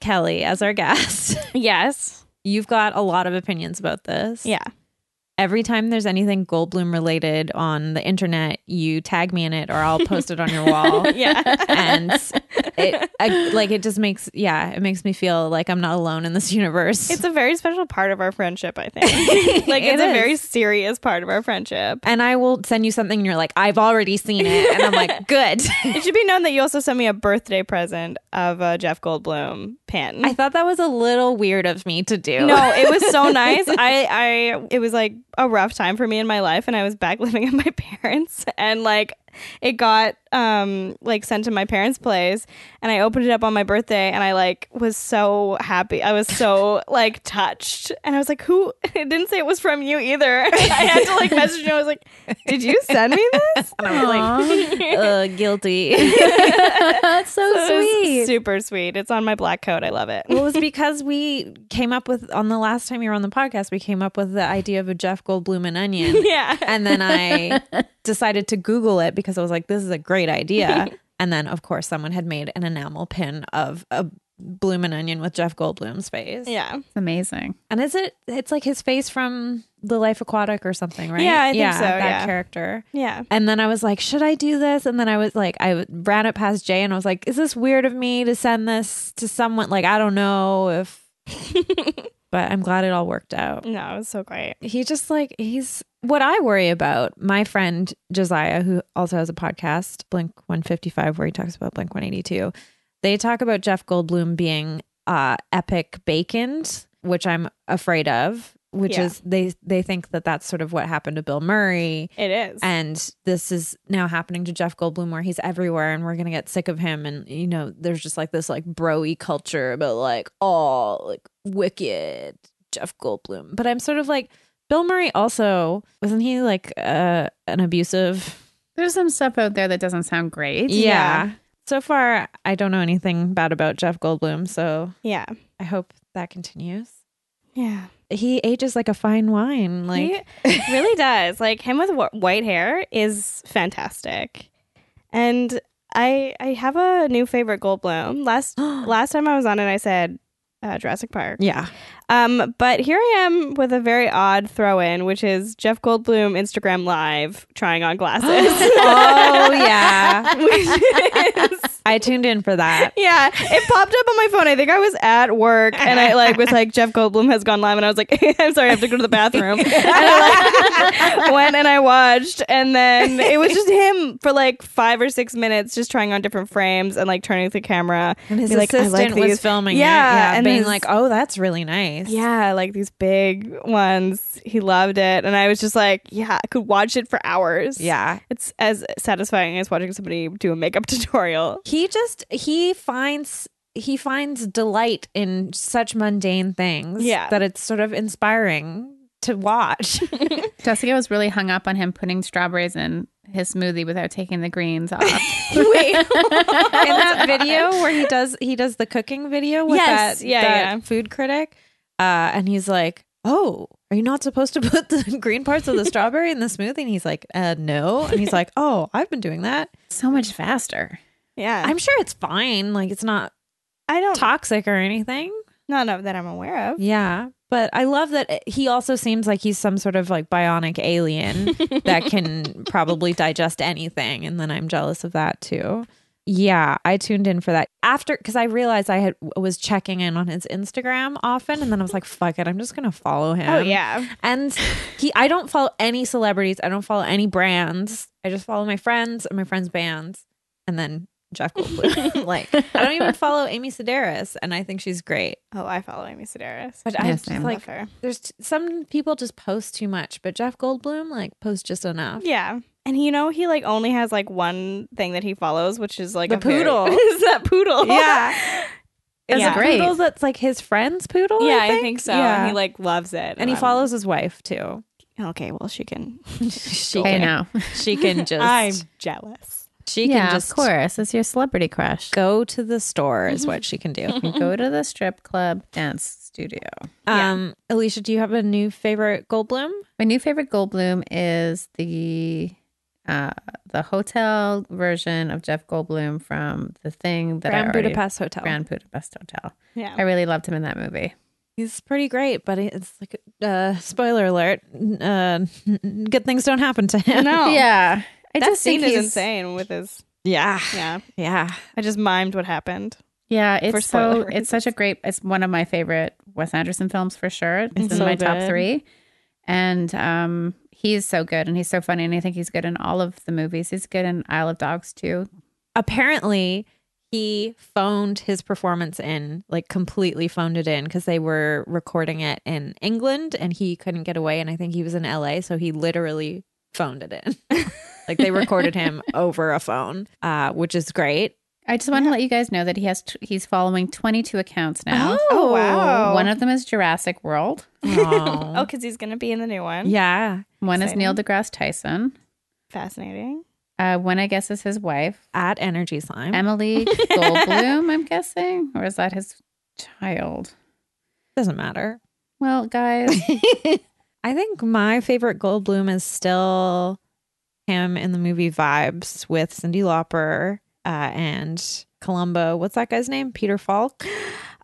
Speaker 1: Kelly, as our guest,
Speaker 3: yes.
Speaker 1: you've got a lot of opinions about this.
Speaker 3: Yeah.
Speaker 1: Every time there's anything Goldblum related on the internet, you tag me in it or I'll post it on your wall.
Speaker 3: Yeah.
Speaker 1: and it I, like it just makes yeah it makes me feel like i'm not alone in this universe
Speaker 3: It's a very special part of our friendship, I think. like
Speaker 1: It
Speaker 3: it's a very
Speaker 1: is.
Speaker 3: serious part of our friendship.
Speaker 1: and i will send you something and you're like i've already seen it and i'm like good
Speaker 3: It should be known that you also sent me a birthday present of a Jeff Goldblum pin.
Speaker 1: i thought that was a little weird of me to do
Speaker 3: no, it was so nice. I, I, it was like a rough time for me in my life, and I was back living at my parents, and like, it got um like sent to my parents' place, and I opened it up on my birthday, and I like was so happy. I was so like touched, and I was like, "Who?" It didn't say it was from you either. I had to like message you. I was like, "Did you send me this?" And I was like,
Speaker 1: uh, guilty that's so
Speaker 3: "This is super sweet. It's on my black coat. I love it."
Speaker 1: well, it was because we came up with on the last time you were on the podcast, we came up with the idea of a Jeff Goldblum and onion.
Speaker 3: Yeah.
Speaker 1: And then I decided to Google it because I was like, this is a great idea. And then, of course, someone had made an enamel pin of a bloomin' onion with Jeff Goldblum's face.
Speaker 3: Yeah.
Speaker 2: It's amazing.
Speaker 1: And is it, it's like his face from The Life Aquatic or something, right?
Speaker 3: Yeah, I think so,
Speaker 1: That
Speaker 3: yeah.
Speaker 1: character.
Speaker 3: Yeah.
Speaker 1: And then I was like, should I do this? And then I was like, I ran it past Jay and I was like, is this weird of me to send this to someone? Like, I don't know if, but I'm glad it all worked out
Speaker 3: No, it was so great.
Speaker 1: he just like he's what I worry about. My friend Josiah, who also has a podcast, Blink 155, where he talks about Blink 182, they talk about Jeff Goldblum being uh, epic baconed, which I'm afraid of. Which
Speaker 3: Yeah.
Speaker 1: is they they think that that's sort of what happened to Bill Murray,
Speaker 3: It is.
Speaker 1: and this is now happening to Jeff Goldblum, where he's everywhere, and we're gonna get sick of him. And you know, there's just like this like broy culture about like oh like wicked Jeff Goldblum. But I'm sort of like Bill Murray. Also, wasn't he like uh, an abusive?
Speaker 2: There's some stuff out there that doesn't sound great.
Speaker 3: Yeah.
Speaker 1: So far, I don't know anything bad about Jeff Goldblum, so
Speaker 3: yeah.
Speaker 1: I hope that continues.
Speaker 3: Yeah.
Speaker 1: he ages like a fine wine. Like
Speaker 3: he really does. Like him with wh- white hair is fantastic. And I I have a new favorite Goldblum. Last last time I was on it, I said uh, Jurassic Park.
Speaker 1: yeah.
Speaker 3: Um, but here I am with a very odd throw in, which is Jeff Goldblum Instagram Live trying on glasses.
Speaker 1: Oh yeah.
Speaker 3: Which is-
Speaker 1: I tuned in for that.
Speaker 3: yeah, it popped up on my phone. I think I was at work, and I like was like Jeff Goldblum has gone live, and I was like, I'm sorry, I have to go to the bathroom. and I like, went and I watched, and then it was just him for like five or six minutes, just trying on different frames and like turning the camera.
Speaker 1: And his
Speaker 3: Be like, "I
Speaker 1: assistant
Speaker 3: like
Speaker 1: was
Speaker 3: these."
Speaker 1: filming it.
Speaker 3: yeah,
Speaker 1: Yeah.
Speaker 3: and
Speaker 1: being
Speaker 3: his-
Speaker 1: like, Oh, that's really nice.
Speaker 3: Yeah, like these big ones. He loved it, and I was just like, yeah, I could watch it for hours.
Speaker 1: Yeah.
Speaker 3: It's as satisfying as watching somebody do a makeup tutorial.
Speaker 1: He just he finds he finds delight in such mundane things
Speaker 3: Yeah.
Speaker 1: that it's sort of inspiring to watch.
Speaker 2: Jessica was really hung up on him putting strawberries in his smoothie without taking the greens off.
Speaker 3: Wait,
Speaker 1: in that video where he does he does the cooking video with
Speaker 3: Yes,
Speaker 1: that,
Speaker 3: yeah,
Speaker 1: that
Speaker 3: yeah.
Speaker 1: food critic uh and he's like oh are you not supposed to put the green parts of the strawberry in the smoothie and he's like uh no and he's like oh i've been doing that
Speaker 2: so much faster.
Speaker 3: Yeah, Oh.
Speaker 1: i'm sure it's fine like it's not
Speaker 3: I don't
Speaker 1: toxic or anything
Speaker 3: not of that I'm aware of.
Speaker 1: yeah but i love that eh, he also seems like he's some sort of like bionic alien that can probably digest anything and then i'm jealous of that too yeah i tuned in for that after because i realized i had was checking in on his instagram often and then i was like fuck it i'm just gonna follow him
Speaker 3: Oh yeah,
Speaker 1: and he i don't follow any celebrities i don't follow any brands i just follow my friends and my friends bands and then jeff goldblum like i don't even follow amy sedaris and i think she's great
Speaker 3: oh I follow Amy Sedaris.
Speaker 1: but
Speaker 2: Yeah,
Speaker 1: i just
Speaker 2: same.
Speaker 1: like
Speaker 3: Love her.
Speaker 1: there's t- some people just post too much, but Jeff Goldblum like posts just enough.
Speaker 3: Yeah. And you know he like only has like one thing that he follows, which is like
Speaker 1: The
Speaker 3: a very-
Speaker 1: poodle.
Speaker 3: is that poodle?
Speaker 1: Yeah.
Speaker 3: It's
Speaker 2: That's
Speaker 3: yeah.
Speaker 2: great.
Speaker 1: Poodle that's like his friend's poodle.
Speaker 3: Yeah,
Speaker 1: Oh, I think,
Speaker 3: so.
Speaker 1: Yeah.
Speaker 3: And he like loves it,
Speaker 1: and he
Speaker 3: I'm-
Speaker 1: follows his wife too.
Speaker 3: Okay, well she can.
Speaker 1: she
Speaker 2: I
Speaker 1: can,
Speaker 2: know.
Speaker 1: she can just
Speaker 3: I'm jealous.
Speaker 1: she can
Speaker 2: yeah,
Speaker 1: just
Speaker 2: of course. It's your celebrity crush.
Speaker 1: go to the store is what she can do.
Speaker 2: Go to the strip club dance studio.
Speaker 1: um, Alicia, do you have a new favorite Goldblum?
Speaker 2: My new favorite Goldblum is the uh, the hotel version of Jeff Goldblum from the thing that I
Speaker 1: Grand
Speaker 2: already,
Speaker 1: Budapest Hotel.
Speaker 2: Grand Budapest Hotel.
Speaker 3: Yeah.
Speaker 2: I really loved him in that movie.
Speaker 1: He's pretty great, but it's like uh, spoiler alert. Uh, good things don't happen to him.
Speaker 3: No.
Speaker 2: Yeah, I
Speaker 3: Oh, that
Speaker 2: just
Speaker 3: scene
Speaker 2: think
Speaker 3: is
Speaker 2: he's-
Speaker 3: insane with his.
Speaker 1: Yeah.
Speaker 3: Yeah.
Speaker 1: Yeah.
Speaker 3: I just mimed what happened.
Speaker 2: Yeah,
Speaker 3: For
Speaker 2: it's so
Speaker 3: spoiler
Speaker 2: it's such a great. It's one of my favorite Wes Anderson films for sure. It's, in
Speaker 3: so
Speaker 2: my top
Speaker 3: good.
Speaker 2: three, and um, he's so good and he's so funny and I think he's good in all of the movies. He's good in Isle of Dogs too.
Speaker 1: apparently he phoned his performance in like completely phoned it in because they were recording it in england and he couldn't get away and i think he was in la so he literally phoned it in like they recorded him over a phone uh, which is great
Speaker 2: I just want to let you guys know that he has t- he's following twenty two accounts now.
Speaker 3: Oh, wow.
Speaker 2: One of them is Jurassic World.
Speaker 1: Aw.
Speaker 3: Oh, because he's gonna be in the new one.
Speaker 1: yeah
Speaker 2: One is Neil deGrasse Tyson.
Speaker 3: Fascinating.
Speaker 2: Uh, one, I guess, is his wife,
Speaker 1: at energy slime
Speaker 2: Emily Goldblum. I'm guessing, or is that his child?
Speaker 1: doesn't matter
Speaker 2: Well, guys,
Speaker 1: i think my favorite goldblum is still him in the movie vibes with cindy lauper uh, and columbo what's that guy's name peter falk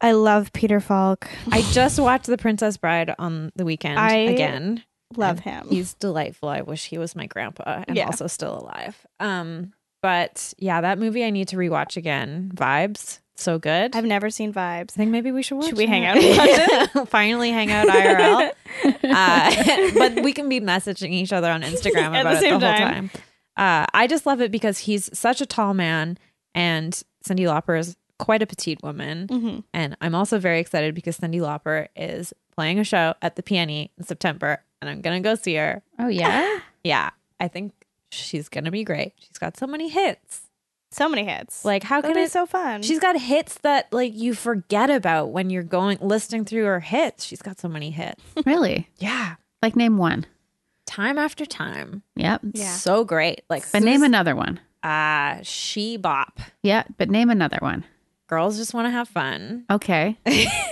Speaker 3: I love Peter Falk.
Speaker 1: I just watched The Princess Bride on the weekend
Speaker 3: I-
Speaker 1: again.
Speaker 3: Love him.
Speaker 1: He's delightful. I wish he was my grandpa and
Speaker 3: Yeah.
Speaker 1: also still alive. Um, but yeah, that movie I need to rewatch again. Vibes, so good.
Speaker 3: I've
Speaker 1: i
Speaker 3: never seen Vibes.
Speaker 1: think maybe we should watch.
Speaker 3: Should we hang
Speaker 1: that.
Speaker 3: out and
Speaker 1: Finally, hang out IRL. uh, but we can be messaging each other on
Speaker 3: At
Speaker 1: Instagram
Speaker 3: the
Speaker 1: about it the
Speaker 3: same
Speaker 1: whole
Speaker 3: time.
Speaker 1: time. Uh, I just love it because he's such a tall man, and Cindy Lauper is quite a petite woman.
Speaker 3: Mm-hmm.
Speaker 1: And I'm also very excited because Cindy Lauper is playing a show at the Peony in September, and I'm gonna go see her.
Speaker 2: oh yeah.
Speaker 1: Yeah, I think she's gonna be great. She's got so many hits.
Speaker 3: So many hits.
Speaker 1: Like, how
Speaker 3: That'd
Speaker 1: can
Speaker 3: be
Speaker 1: it?
Speaker 3: so fun.
Speaker 1: she's got hits that like you forget about when you're going listening through her hits. She's got so many hits.
Speaker 2: Really?
Speaker 1: yeah,
Speaker 2: Like name one.
Speaker 1: time after time.
Speaker 2: Yep.
Speaker 3: Yeah.
Speaker 1: So great. Like,
Speaker 2: But name another one.
Speaker 1: uh, she bop.
Speaker 2: Yeah, but name another one.
Speaker 1: Girls just want to have fun.
Speaker 2: Okay.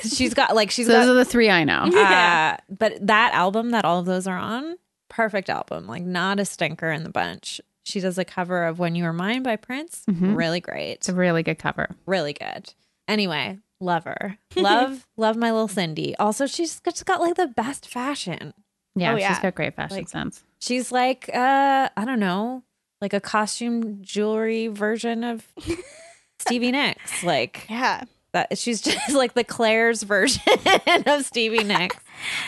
Speaker 1: she's got like she's
Speaker 2: So those
Speaker 1: got
Speaker 2: are the three I know.
Speaker 1: uh, but that album that all of those are on, perfect album. Like not a stinker in the bunch. She does a cover of When You Were Mine by Prince.
Speaker 2: Mhm.
Speaker 1: Really great.
Speaker 2: It's a really good cover.
Speaker 1: Really good. Anyway, love her. Love, love my little Cindy. Also, she's just got like the best fashion.
Speaker 2: Yeah,
Speaker 3: Oh, yeah.
Speaker 2: she's got great fashion
Speaker 1: Like-
Speaker 2: sense.
Speaker 1: She's like, uh, I don't know, like a costume jewelry version of Stevie Nicks. Like
Speaker 3: Yeah.
Speaker 1: that she's just like the Claire's version of Stevie Nicks.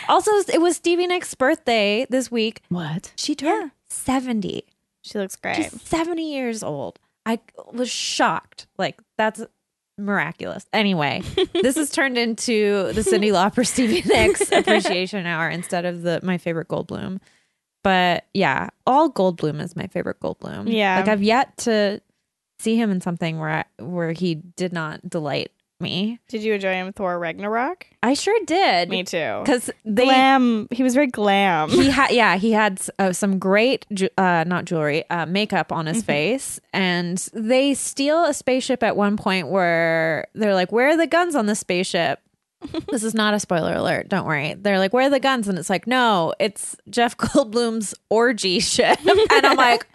Speaker 1: Also, it was Stevie Nicks' birthday this week.
Speaker 2: What?
Speaker 1: She turned 70.
Speaker 3: She looks great.
Speaker 1: She's 70 years old. I was shocked. Like, that's miraculous. Anyway, this has turned into the Cindy Lauper Stevie Nicks appreciation hour instead of the my favorite Goldblum. But yeah, all Goldblum is my favorite Goldblum.
Speaker 3: Yeah.
Speaker 1: Like I've yet to see him in something where I, where he did not delight me.
Speaker 3: Did you enjoy him Thor Ragnarok?
Speaker 1: I sure did.
Speaker 3: Me too.
Speaker 1: Cuz they
Speaker 3: glam. He was very glam.
Speaker 1: he had yeah he had uh, some great ju- uh not jewelry uh makeup on
Speaker 3: Mm-hmm.
Speaker 1: his face and they steal a spaceship at one point where they're like where are the guns on the spaceship this is not a spoiler alert don't worry they're like where are the guns and it's like no it's jeff goldblum's orgy ship and i'm like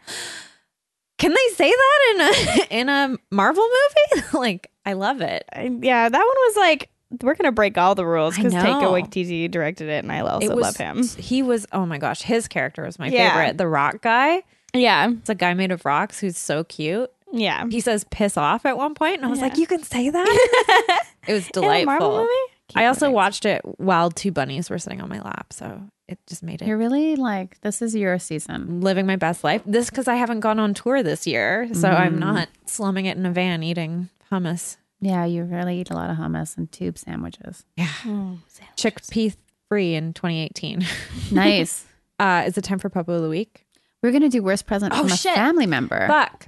Speaker 1: can they say that in a in a marvel movie like i love it
Speaker 3: I- yeah, that one was like we're gonna break all the rules
Speaker 1: I
Speaker 3: because Taika
Speaker 1: know.
Speaker 3: Waititi directed it, and I also
Speaker 1: It was-
Speaker 3: love him.
Speaker 1: he was oh my gosh his character was my
Speaker 3: Yeah.
Speaker 1: favorite the rock guy
Speaker 3: Yeah,
Speaker 1: it's a guy made of rocks who's so cute
Speaker 3: yeah.
Speaker 1: he says piss off at one point and i was
Speaker 3: Yeah.
Speaker 1: like you can say that it was
Speaker 3: In a Marvel
Speaker 1: delightful
Speaker 3: movie.
Speaker 1: i also
Speaker 3: Keep
Speaker 1: watched it while two bunnies were sitting on my lap so it just made it
Speaker 2: You're really like this is your season.
Speaker 1: living my best life this because i haven't gone on tour this year so i'm
Speaker 2: Mm.
Speaker 1: not slumming it in a van eating hummus
Speaker 2: Yeah, you really eat a lot of hummus and tube sandwiches.
Speaker 1: yeah
Speaker 3: going.
Speaker 1: chickpea free in 2018
Speaker 2: Nice.
Speaker 1: uh is it time for popo of the week
Speaker 2: We're gonna do worst present
Speaker 1: Oh,
Speaker 2: from a
Speaker 1: shit.
Speaker 2: family member.
Speaker 1: fuck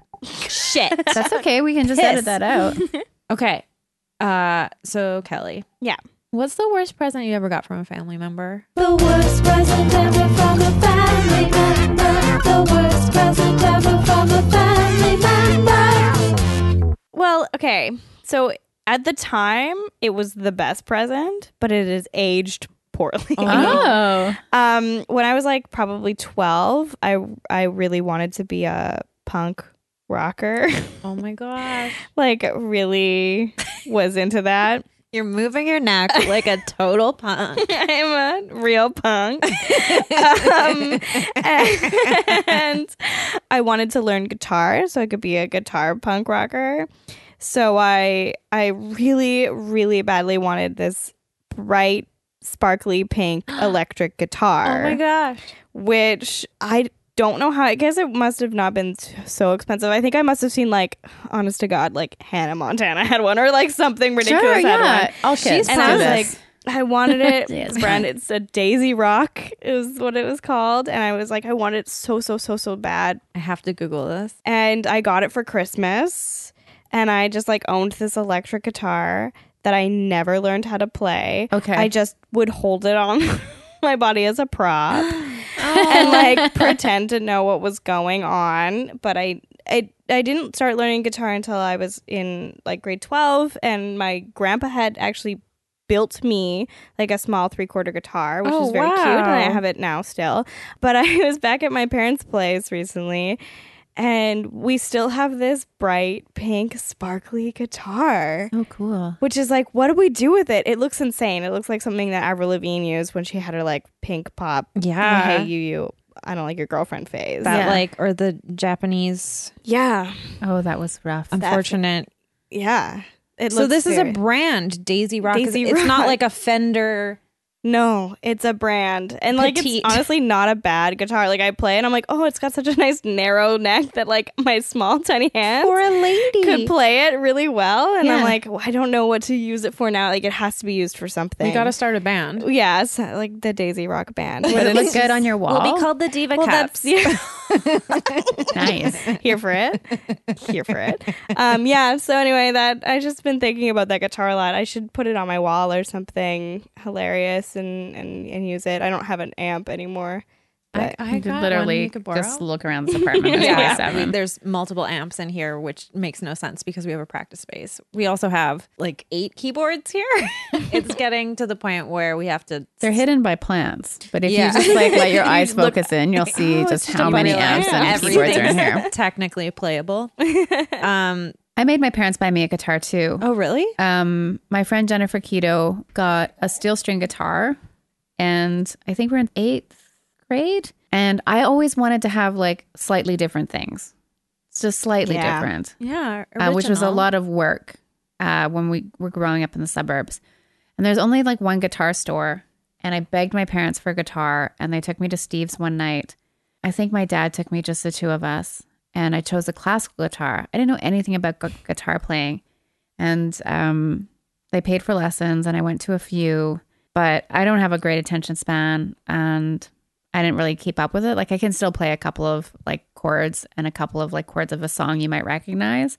Speaker 1: shit
Speaker 2: That's okay. We can just
Speaker 1: Piss.
Speaker 2: edit that out.
Speaker 1: okay uh so kelly
Speaker 3: Yeah.
Speaker 1: what's the worst present you ever got from a family member
Speaker 4: The worst present ever from a family member. The worst present ever from a family member.
Speaker 3: Well, okay. So at the time, it was the best present, but it is aged poorly.
Speaker 2: oh,
Speaker 3: Um, when I was like probably twelve, I I really wanted to be a punk rocker.
Speaker 1: oh my gosh
Speaker 3: like really was into that.
Speaker 1: You're moving your neck like a total punk.
Speaker 3: I'm a real punk. um, and I wanted to learn guitar so I could be a guitar punk rocker. So I I really really badly wanted this bright sparkly pink electric guitar
Speaker 1: Oh
Speaker 2: Oh
Speaker 1: gosh.
Speaker 3: which I don't know how. I guess it must have not been s- so expensive. I think I must have seen like, honest to God, like Hannah Montana had one or like something ridiculous
Speaker 2: sure,
Speaker 3: had one.
Speaker 2: yeah. All kids
Speaker 1: She's
Speaker 3: And
Speaker 2: do
Speaker 3: I was
Speaker 2: this.
Speaker 3: like, I wanted it.
Speaker 2: Yeah, it's
Speaker 3: brand.
Speaker 2: fine.
Speaker 3: It's a Daisy Rock is what it was called, and I was like, I wanted it so so so so bad,
Speaker 1: I have to Google this.
Speaker 3: and I got it for Christmas, and I just like owned this electric guitar that I never learned how to play.
Speaker 2: Okay.
Speaker 3: I just would hold it on my body as a prop and
Speaker 1: Oh.
Speaker 3: like pretend to know what was going on. But I, I, I didn't start learning guitar until I was in like grade 12. And my grandpa had actually built me like a small three quarter guitar, which
Speaker 1: Oh,
Speaker 3: is very cute. And I
Speaker 1: wow.
Speaker 3: have it now still. But I was back at my parents' place recently. And we still have this bright pink sparkly guitar.
Speaker 2: oh, cool.
Speaker 3: Which is like, what do we do with it? It looks insane. It looks like something that Avril Lavigne used when she had her like pink pop.
Speaker 1: Yeah.
Speaker 3: Hey, you, you, I don't like your girlfriend phase.
Speaker 1: That
Speaker 2: Yeah.
Speaker 1: like or the Japanese
Speaker 3: yeah.
Speaker 2: Oh, that was rough.
Speaker 1: unfortunate.
Speaker 3: Yeah. It
Speaker 1: So
Speaker 3: looks
Speaker 1: this is a
Speaker 3: very-
Speaker 1: brand, Daisy Rock.
Speaker 3: Daisy
Speaker 1: it's
Speaker 3: Rock.
Speaker 1: not like a Fender.
Speaker 3: no, it's a brand. And like,
Speaker 1: Petite.
Speaker 3: it's honestly not a bad guitar. Like, I play and I'm like, oh, it's got such a nice narrow neck that like my small, tiny hands
Speaker 1: a lady.
Speaker 3: could play it really well. And I'm
Speaker 2: Yeah.
Speaker 3: like, well, I don't know what to use it for now. Like, it has to be used for something.
Speaker 1: we got to start a band.
Speaker 3: yeah, so, like the Daisy Rock Band. But
Speaker 2: Would it
Speaker 3: it's
Speaker 2: look good on your wall?
Speaker 1: We'll be called the Diva
Speaker 3: Well,
Speaker 1: Cups.
Speaker 3: that's yeah.
Speaker 2: nice.
Speaker 3: here for it. Here for it. Um, yeah. So anyway, that I just been thinking about that guitar a lot. I should put it on my wall or something hilarious and and and use it. I don't have an amp anymore. but
Speaker 2: I
Speaker 1: I
Speaker 2: could
Speaker 1: got one
Speaker 2: literally
Speaker 1: you could borrow.
Speaker 2: just look around this apartment. There's
Speaker 1: yeah, we-
Speaker 2: probably seven.
Speaker 1: there's multiple amps in here, which makes no sense because we have a practice space. We also have like eight keyboards here. it's getting to the point where we have to.
Speaker 2: They're hidden by plants, but if
Speaker 1: Yeah.
Speaker 2: you just like let your eyes
Speaker 1: Look-
Speaker 2: focus in, you'll see
Speaker 1: Oh,
Speaker 2: just
Speaker 1: it's
Speaker 2: how
Speaker 1: a
Speaker 2: many
Speaker 1: bunny line.
Speaker 2: amps and
Speaker 1: Everything's
Speaker 2: keyboards are in here.
Speaker 1: Technically playable. Um.
Speaker 2: I made my parents buy me a guitar too.
Speaker 1: Oh, really?
Speaker 2: Um, my friend Jennifer Keto got a steel string guitar, and I think we're in eighth grade. And I always wanted to have like slightly different things, It's just slightly
Speaker 3: Yeah.
Speaker 2: different.
Speaker 1: Yeah.
Speaker 2: uh, which was a
Speaker 1: original.
Speaker 2: lot of work uh, when we were growing up in the suburbs. And there's only like one guitar store. And I begged my parents for a guitar, and they took me to Steve's one night. I think my dad took me, just the two of us, and I chose a classical guitar. I didn't know anything about gu- guitar playing, and um, they paid for lessons, and I went to a few. But I don't have a great attention span, and I didn't really keep up with it. Like I can still play a couple of like chords and a couple of like chords of a song you might recognize,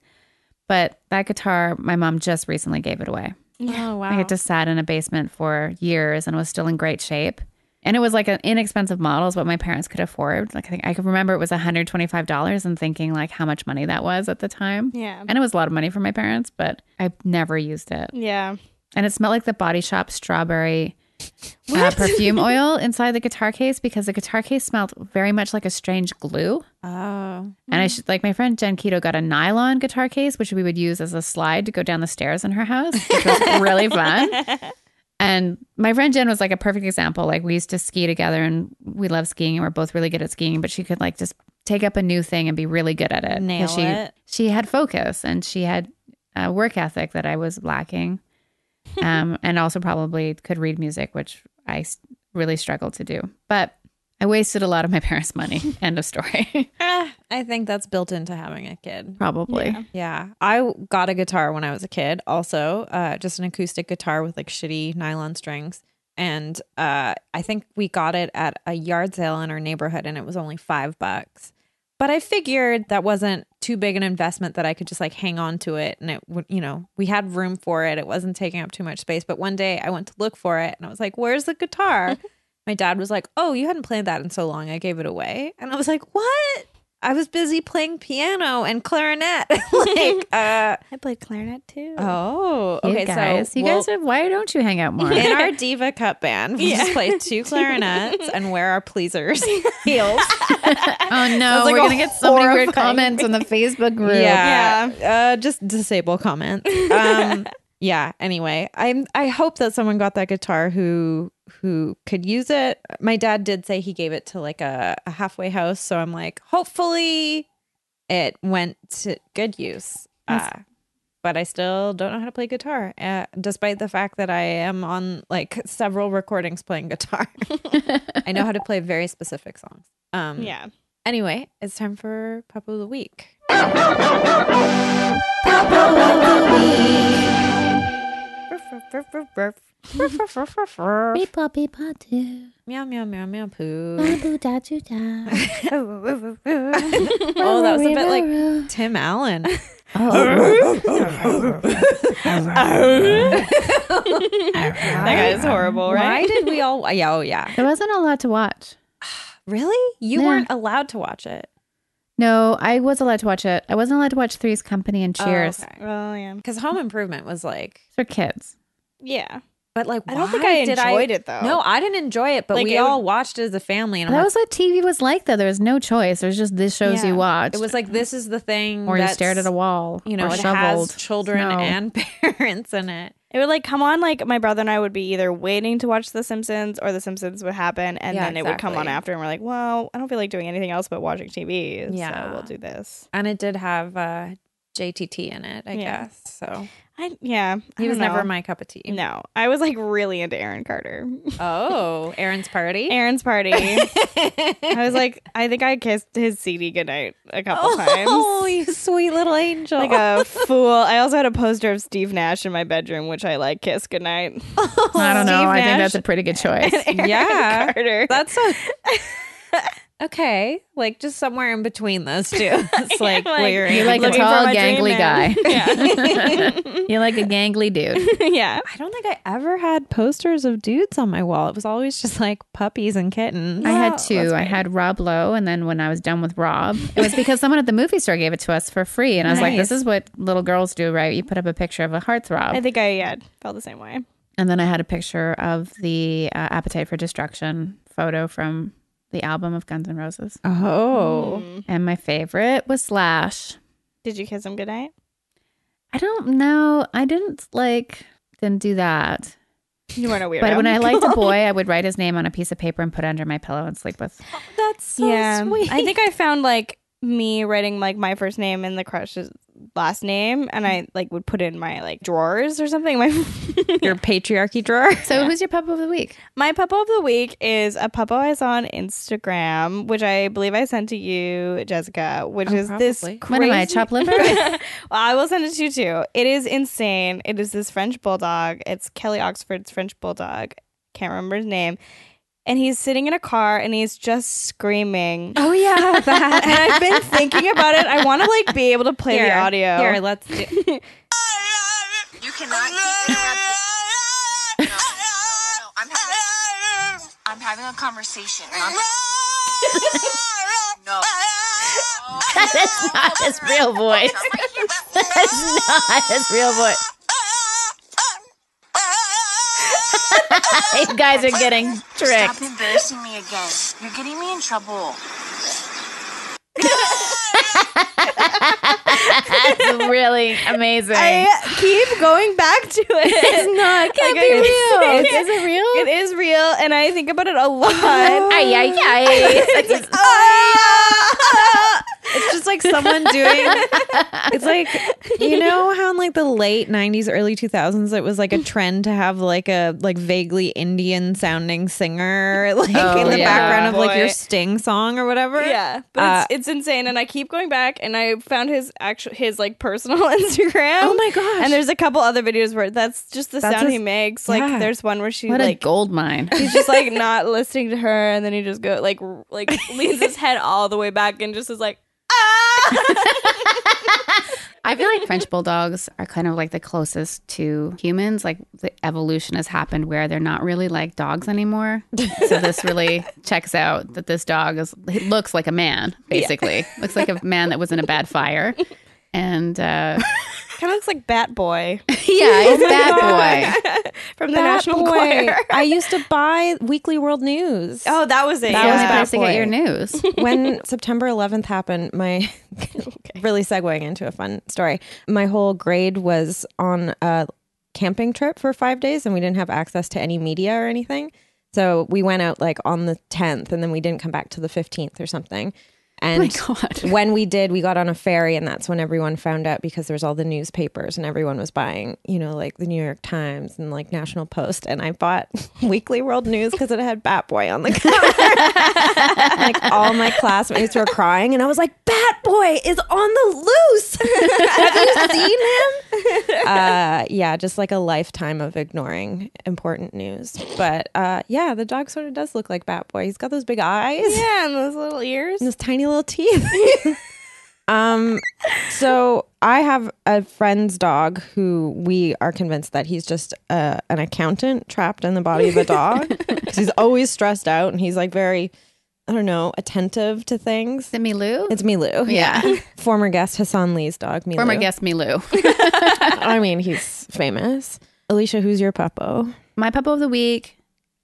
Speaker 2: but that guitar, my mom just recently gave it away.
Speaker 1: Oh wow.
Speaker 2: Like it just sat in a basement for years and was still in great shape. And it was like an inexpensive model is what my parents could afford. Like I think I could remember it was $125 and thinking like how much money that was at the time.
Speaker 3: yeah,
Speaker 2: And it was a lot of money for my parents, but I never used it.
Speaker 3: yeah.
Speaker 2: And it smelled like the body shop strawberry uh, perfume oil inside the guitar case because the guitar case smelled very much like a strange glue.
Speaker 1: oh.
Speaker 2: And I should like my friend Jen Keto got a nylon guitar case, which we would use as a slide to go down the stairs in her house, which was really fun. And my friend Jen was like a perfect example. Like we used to ski together and we love skiing and we're both really good at skiing, but she could like just take up a new thing and be really good at it. 'Cause
Speaker 1: Nail
Speaker 2: she,
Speaker 1: it.
Speaker 2: She had focus and she had a work ethic that I was lacking. Um, and also probably could read music, which I s- really struggled to do. But I wasted a lot of my parents' money. End of story.
Speaker 1: Ah, I think that's built into having a kid.
Speaker 2: probably.
Speaker 1: Yeah. I w- got a guitar when I was a kid, also, uh, just an acoustic guitar with like shitty nylon strings. And uh, I think we got it at a yard sale in our neighborhood and it was only five bucks. But I figured that wasn't too big an investment that I could just like hang on to it. And it would, you know, we had room for it. It wasn't taking up too much space. But one day I went to look for it and I was like, where's the guitar? My dad was like, oh, you hadn't played that in so long. I gave it away. And I was like, what? I was busy playing piano and clarinet. like, uh,
Speaker 3: I played clarinet too.
Speaker 1: oh, okay.
Speaker 2: you guys,
Speaker 1: so
Speaker 2: you guys are, why don't you hang out more?
Speaker 1: in our diva cup band, we just play two clarinets and wear our pleasers heels.
Speaker 2: oh no,
Speaker 1: like
Speaker 2: we're
Speaker 1: a
Speaker 2: gonna get so many weird
Speaker 1: horrifying
Speaker 2: comments on the Facebook group.
Speaker 1: Yeah, Uh, just disable comments. Um, yeah. Anyway, I I hope that someone got that guitar who who could use it. My dad did say he gave it to like a, a halfway house, so I'm like, hopefully, it went to good use. Uh, but I still don't know how to play guitar, uh, despite the fact that I am on like several recordings playing guitar. I know how to play very specific songs. Um,
Speaker 3: yeah.
Speaker 1: Anyway, it's time for Papu of the Week.
Speaker 5: Beepa beepa doo,
Speaker 1: Meow meow meow meow poo.
Speaker 5: baboo da doo da.
Speaker 1: Oh, that was a bit like Tim Allen.
Speaker 2: Oh,
Speaker 3: That guy's horrible,
Speaker 1: Why
Speaker 3: right?
Speaker 1: did we all? Yeah, oh yeah.
Speaker 2: There wasn't a lot to watch.
Speaker 1: Really? You
Speaker 2: Yeah.
Speaker 1: weren't allowed to watch it.
Speaker 2: No, I was allowed to watch it. I wasn't allowed to watch Three's Company and Cheers.
Speaker 1: Because
Speaker 3: Oh yeah,
Speaker 1: Home Improvement was like,
Speaker 2: It's for kids.
Speaker 3: yeah.
Speaker 1: but like,
Speaker 3: I don't think
Speaker 1: why
Speaker 3: I
Speaker 1: did
Speaker 3: enjoyed it though.
Speaker 1: No, I didn't enjoy it, but
Speaker 3: Like,
Speaker 1: we
Speaker 3: it
Speaker 1: all watched it as a family, and I'm
Speaker 2: That
Speaker 1: like,
Speaker 2: was what TV was like, though. There was no choice. There's just the shows
Speaker 3: Yeah.
Speaker 2: you watch.
Speaker 1: it was like this is the thing.
Speaker 2: or you
Speaker 1: that's-
Speaker 2: stared at a wall.
Speaker 1: You know,
Speaker 2: or
Speaker 1: it
Speaker 2: shoveled
Speaker 1: has children
Speaker 2: snow.
Speaker 1: and parents in it.
Speaker 3: It would like come on like my brother and I would be either waiting to watch The Simpsons or The Simpsons would happen and
Speaker 1: Yeah,
Speaker 3: then it would come on
Speaker 1: exactly.
Speaker 3: after and we're like, well, I don't feel like doing anything else but watching TV.
Speaker 1: Yeah.
Speaker 3: So we'll do this.
Speaker 1: and it did have uh, JTT in it, I
Speaker 3: Yeah.
Speaker 1: guess. So
Speaker 3: I yeah. I
Speaker 1: he was
Speaker 3: don't know.
Speaker 1: never my cup of tea.
Speaker 3: No, I was like really into Aaron Carter.
Speaker 1: Oh, Aaron's party.
Speaker 3: Aaron's party. I was like, I think I kissed his CD goodnight a couple
Speaker 1: oh,
Speaker 3: times.
Speaker 1: you sweet little angel.
Speaker 3: Like a fool. I also had a poster of Steve Nash in my bedroom, which I like kissed goodnight.
Speaker 2: I don't know.
Speaker 3: Steve
Speaker 2: I think
Speaker 3: Nash
Speaker 2: that's a pretty good choice.
Speaker 1: yeah,
Speaker 3: Carter.
Speaker 1: that's a okay, like just somewhere in between those two. It's like,
Speaker 3: like,
Speaker 1: weird.
Speaker 2: You're like a
Speaker 3: Looking for
Speaker 2: tall,
Speaker 3: my dream
Speaker 2: gangly
Speaker 3: man.
Speaker 2: guy. You're like a gangly dude.
Speaker 3: yeah.
Speaker 1: I don't think I ever had posters of dudes on my wall. It was always just like puppies and kittens.
Speaker 2: I had two. I had Rob Lowe, and then when I was done with Rob, it was because someone at the movie store gave it to us for free, and I was like, "This is what little girls do, right? You put up a picture of a
Speaker 3: I
Speaker 2: heartthrob."
Speaker 3: think I yeah, felt the same way.
Speaker 2: And then I had a picture of the uh, Appetite for Destruction photo from the album of Guns N' Roses,
Speaker 1: Oh,
Speaker 2: and my favorite was Slash.
Speaker 3: Did you kiss him goodnight?
Speaker 2: I don't know. I didn't like didn't do that.
Speaker 3: You weren't a weirdo.
Speaker 2: But when I liked a boy, I would write his name on a piece of paper and put it under my pillow and sleep with.
Speaker 1: that's so
Speaker 3: yeah,
Speaker 1: sweet.
Speaker 3: I think I found like me writing like my first name and the crush's last name, and I like would put it in my like drawers or something. My
Speaker 1: your patriarchy drawer.
Speaker 2: So who's your pup of the week?
Speaker 3: my puppo of the week is a puppo I saw on Instagram, which I believe I sent to you, Jessica. Which is this
Speaker 1: probably.
Speaker 3: crazy.
Speaker 2: What am I, a chop liver?
Speaker 3: well, I will send it to you too. It is insane. It is this French bulldog. It's Kelly Oxford's French bulldog. Can't remember his name. And he's sitting in a car and he's just screaming.
Speaker 1: Oh yeah, that.
Speaker 3: and I've been thinking about it. I want to like be able to play the audio.
Speaker 1: Here, let's do.
Speaker 6: You cannot keep interrupting. No, no, no, no. I'm having a, I'm having a conversation. I'm- no.
Speaker 2: that is not his real voice. That's not his real voice. You guys are getting
Speaker 6: Stop
Speaker 2: tricked.
Speaker 6: embarrassing me again. You're getting me in trouble.
Speaker 2: That's really amazing.
Speaker 3: I keep going back to it. It's not. Can't
Speaker 2: be real. Is it real?
Speaker 3: It is real, and I think about it a lot.
Speaker 2: Ay, ay, ay. That's just-
Speaker 1: It's just like someone doing. It's like you know how in like the late '90s, early 2000s, it was like a trend to have like a like vaguely Indian sounding singer like
Speaker 2: Oh,
Speaker 1: in the
Speaker 2: yeah.
Speaker 1: background of like your
Speaker 3: Boy.
Speaker 1: Sting song or whatever.
Speaker 3: Yeah, but
Speaker 1: Uh,
Speaker 3: it's, it's insane, and I keep going back, and I found his actual his like personal Instagram.
Speaker 1: Oh my gosh.
Speaker 3: And there's a couple other videos where that's just the
Speaker 1: That's
Speaker 3: sound he
Speaker 1: his-
Speaker 3: makes.
Speaker 1: yeah.
Speaker 3: Like there's one where she
Speaker 2: what a
Speaker 3: like
Speaker 2: gold mine.
Speaker 3: he's just like not listening to her, and then he just go like r- like leans his head all the way back and just is like.
Speaker 2: I feel like French bulldogs are kind of like the closest to humans. Like the evolution has happened where they're not really like dogs anymore. So this really checks out that this dog is he looks like a man basically. Looks like a man that was in a bad fire. And uh,
Speaker 3: Kind of looks like Bat Boy
Speaker 2: yeah, he's bad boy.
Speaker 3: from the
Speaker 1: Bat
Speaker 3: National
Speaker 1: Boy.
Speaker 3: Choir.
Speaker 1: I used to buy Weekly World News.
Speaker 3: Oh, that was it.
Speaker 1: That
Speaker 2: That
Speaker 1: Yeah.
Speaker 2: was
Speaker 1: Bad
Speaker 2: the place to
Speaker 1: boy.
Speaker 2: get your news.
Speaker 1: when September 11th happened, my really segueing into a fun story. My whole grade was on a camping trip for five days, and we didn't have access to any media or anything. So we went out like on the 10th, and then we didn't come back till the 15th or something. And
Speaker 2: God.
Speaker 1: when we did, we got on a ferry, and that's when everyone found out because there's all the newspapers, and everyone was buying, you know, like the New York Times and like National Post. And I bought Weekly World News because it had Bat Boy on the cover. like all my classmates were crying, and I was like, "Bat Boy is on the loose. Have you seen him?" Uh, yeah, just like a lifetime of ignoring important news. But uh, yeah, the dog sort of does look like Bat Boy. He's got those big eyes
Speaker 3: Yeah, and those little ears.
Speaker 1: and his tiny little teeth. um, so I have a friend's dog who we are convinced that he's just uh, an accountant trapped in the body of a dog 'Cause he's always stressed out and he's like very, I don't know, attentive to things.
Speaker 2: Is it Milu?
Speaker 1: It's Milu.
Speaker 2: yeah.
Speaker 1: Former guest Hassan Lee's dog, Milu.
Speaker 2: Former guest Milu.
Speaker 1: I mean, he's famous. Alicia, who's your puppo?
Speaker 2: My puppo of the week.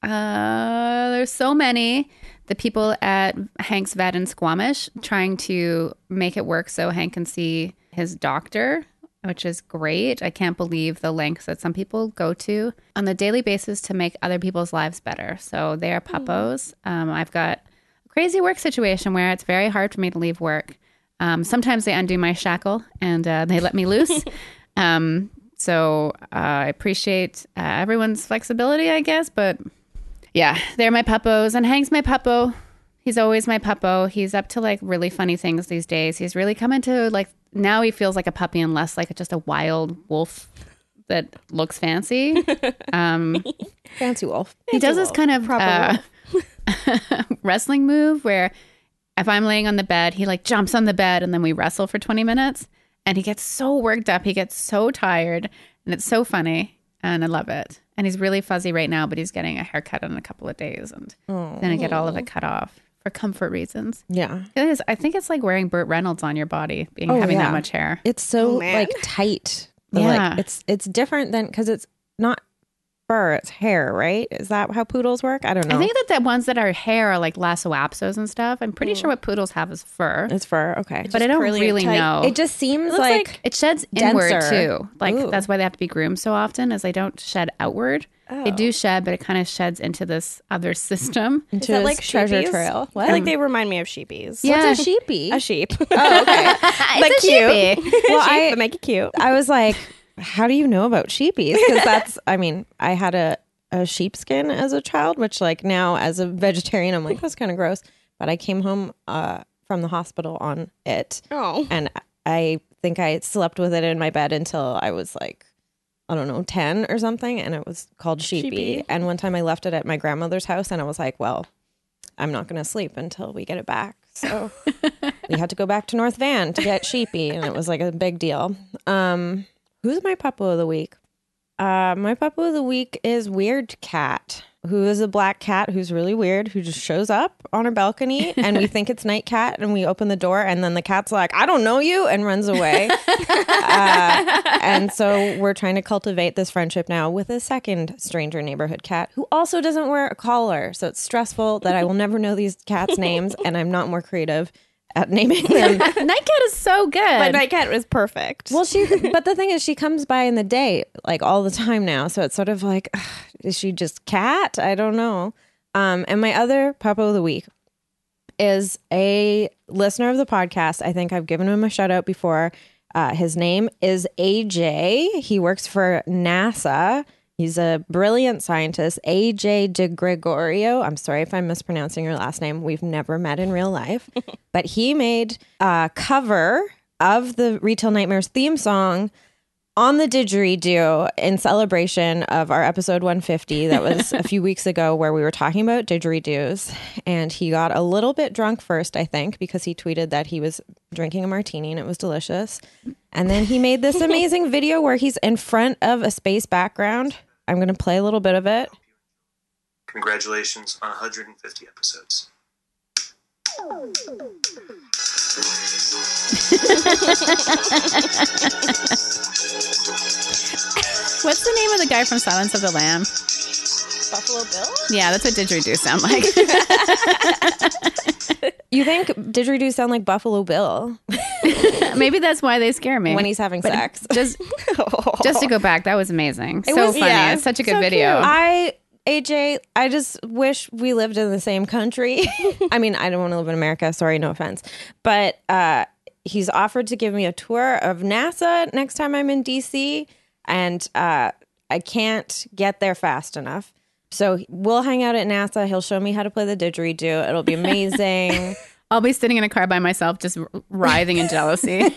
Speaker 2: Uh, there's so many. The people at Hank's vet in Squamish trying to make it work so Hank can see his doctor, which is great. I can't believe the lengths that some people go to on a daily basis to make other people's lives better. So they are puppos. Um, I've got a crazy work situation where it's very hard for me to leave work. Um, sometimes they undo my shackle and uh, they let me loose. um, so uh, I appreciate uh, everyone's flexibility, I guess. But yeah, they're my puppos. And Hank's my puppo. He's always my puppo. He's up to like really funny things these days. He's really come into like now he feels like a puppy and less like just a wild wolf that looks fancy. Um,
Speaker 1: Fancy Wolf.
Speaker 2: he does this kind of uh, wrestling move where if I'm laying on the bed, he like jumps on the bed and then we wrestle for 20 minutes and he gets so worked up. He gets so tired and it's so funny and I love it. And he's really fuzzy right now, but he's getting a haircut in a couple of days and then I get all
Speaker 1: Oh.
Speaker 2: of it cut off for comfort reasons.
Speaker 1: Yeah.
Speaker 2: It is. I think it's like wearing Burt Reynolds on your body, being
Speaker 1: Oh,
Speaker 2: having
Speaker 1: yeah.
Speaker 2: that much hair.
Speaker 1: It's so
Speaker 3: Oh, man.
Speaker 1: like tight. The, like,
Speaker 2: Yeah.
Speaker 1: it's it's different than because it's not fur, it's hair, right? Is that how poodles work? I don't know.
Speaker 2: I think that the ones that are hair are like lasso apsos and stuff. I'm pretty sure what poodles have is fur,
Speaker 1: it's fur. Okay.
Speaker 2: but I don't
Speaker 3: curly and
Speaker 2: really
Speaker 3: tight.
Speaker 2: know.
Speaker 1: It just seems
Speaker 3: looks
Speaker 1: like,
Speaker 3: like-
Speaker 2: It sheds inward
Speaker 1: denser.
Speaker 2: too. Like
Speaker 1: Ooh.
Speaker 2: that's why they have to be groomed so often, as they don't shed outward. They
Speaker 1: Oh.
Speaker 2: do shed, but it kind of sheds into this other system.
Speaker 3: Is that like
Speaker 1: treasure
Speaker 3: sheepies?
Speaker 1: trail.
Speaker 3: I feel like they remind me of sheepies.
Speaker 2: Yeah,
Speaker 1: What's a sheepy?
Speaker 3: A sheep.
Speaker 1: oh, okay.
Speaker 3: it's
Speaker 2: a
Speaker 3: cute. Well,
Speaker 1: Well, I-
Speaker 3: but make it cute.
Speaker 1: I was like, how do you know about sheepies? Because that's, I mean, I had a, a sheepskin as a child, which like now as a vegetarian, I'm like, that's kind of gross. But I came home uh, from the hospital on it.
Speaker 3: Oh.
Speaker 1: And I think I slept with it in my bed until I was like, I don't know, 10 or something. And it was called sheepy.
Speaker 3: Sheepy.
Speaker 1: And one time I left it at my grandmother's house and I was like, well, I'm not going to sleep until we get it back. So we had to go back to North Van to get sheepy. And it was like a big deal. Um, who's my puppo of the week? Uh, my puppo of the week is Weird Cat, who is a black cat who's really weird, who just shows up on our balcony and we think it's night cat and we open the door and then the cat's like, I don't know you and runs away. uh, and so we're trying to cultivate this friendship now with a second stranger neighborhood cat who also doesn't wear a collar. So it's stressful that I will never know these cats' names and I'm not more creative at naming them
Speaker 2: Nightcat is so good.
Speaker 3: But my cat was perfect.
Speaker 1: well, she. But the thing is, she comes by in the day, like all the time now. So it's sort of like, ugh, is she just cat? I don't know. Um, and my other puppo of the week is a listener of the podcast. I think I've given him a shout out before. Uh, his name is AJ. He works for NASA. He's a brilliant scientist, AJ DeGregorio. I'm sorry if I'm mispronouncing your last name. We've never met in real life, but he made a cover of the Retail Nightmares theme song on the didgeridoo in celebration of our episode 150 that was a few weeks ago where we were talking about didgeridoos and he got a little bit drunk first i think because he tweeted that he was drinking a martini and it was delicious and then he made this amazing video where he's in front of a space background i'm going to play a little bit of it
Speaker 7: Congratulations on 150 episodes.
Speaker 2: What's the name of the guy from Silence of the Lamb?
Speaker 3: Buffalo Bill?
Speaker 2: Yeah, that's what didgeridoo sound like.
Speaker 1: you think didgeridoos sound like buffalo bill
Speaker 2: Maybe that's why they scare me.
Speaker 1: when he's having sex
Speaker 2: just just to go back, that was amazing. so
Speaker 1: was-
Speaker 2: funny.
Speaker 1: yeah,
Speaker 2: it's such a good video.
Speaker 1: I AJ, I just wish we lived in the same country. I mean, I don't want to live in America, sorry, no offense. But uh he's offered to give me a tour of NASA next time I'm in DC and uh I can't get there fast enough. So we'll hang out at NASA. He'll show me how to play the didgeridoo. It'll be amazing.
Speaker 2: I'll be sitting in a car by myself, just writhing in jealousy.
Speaker 1: um,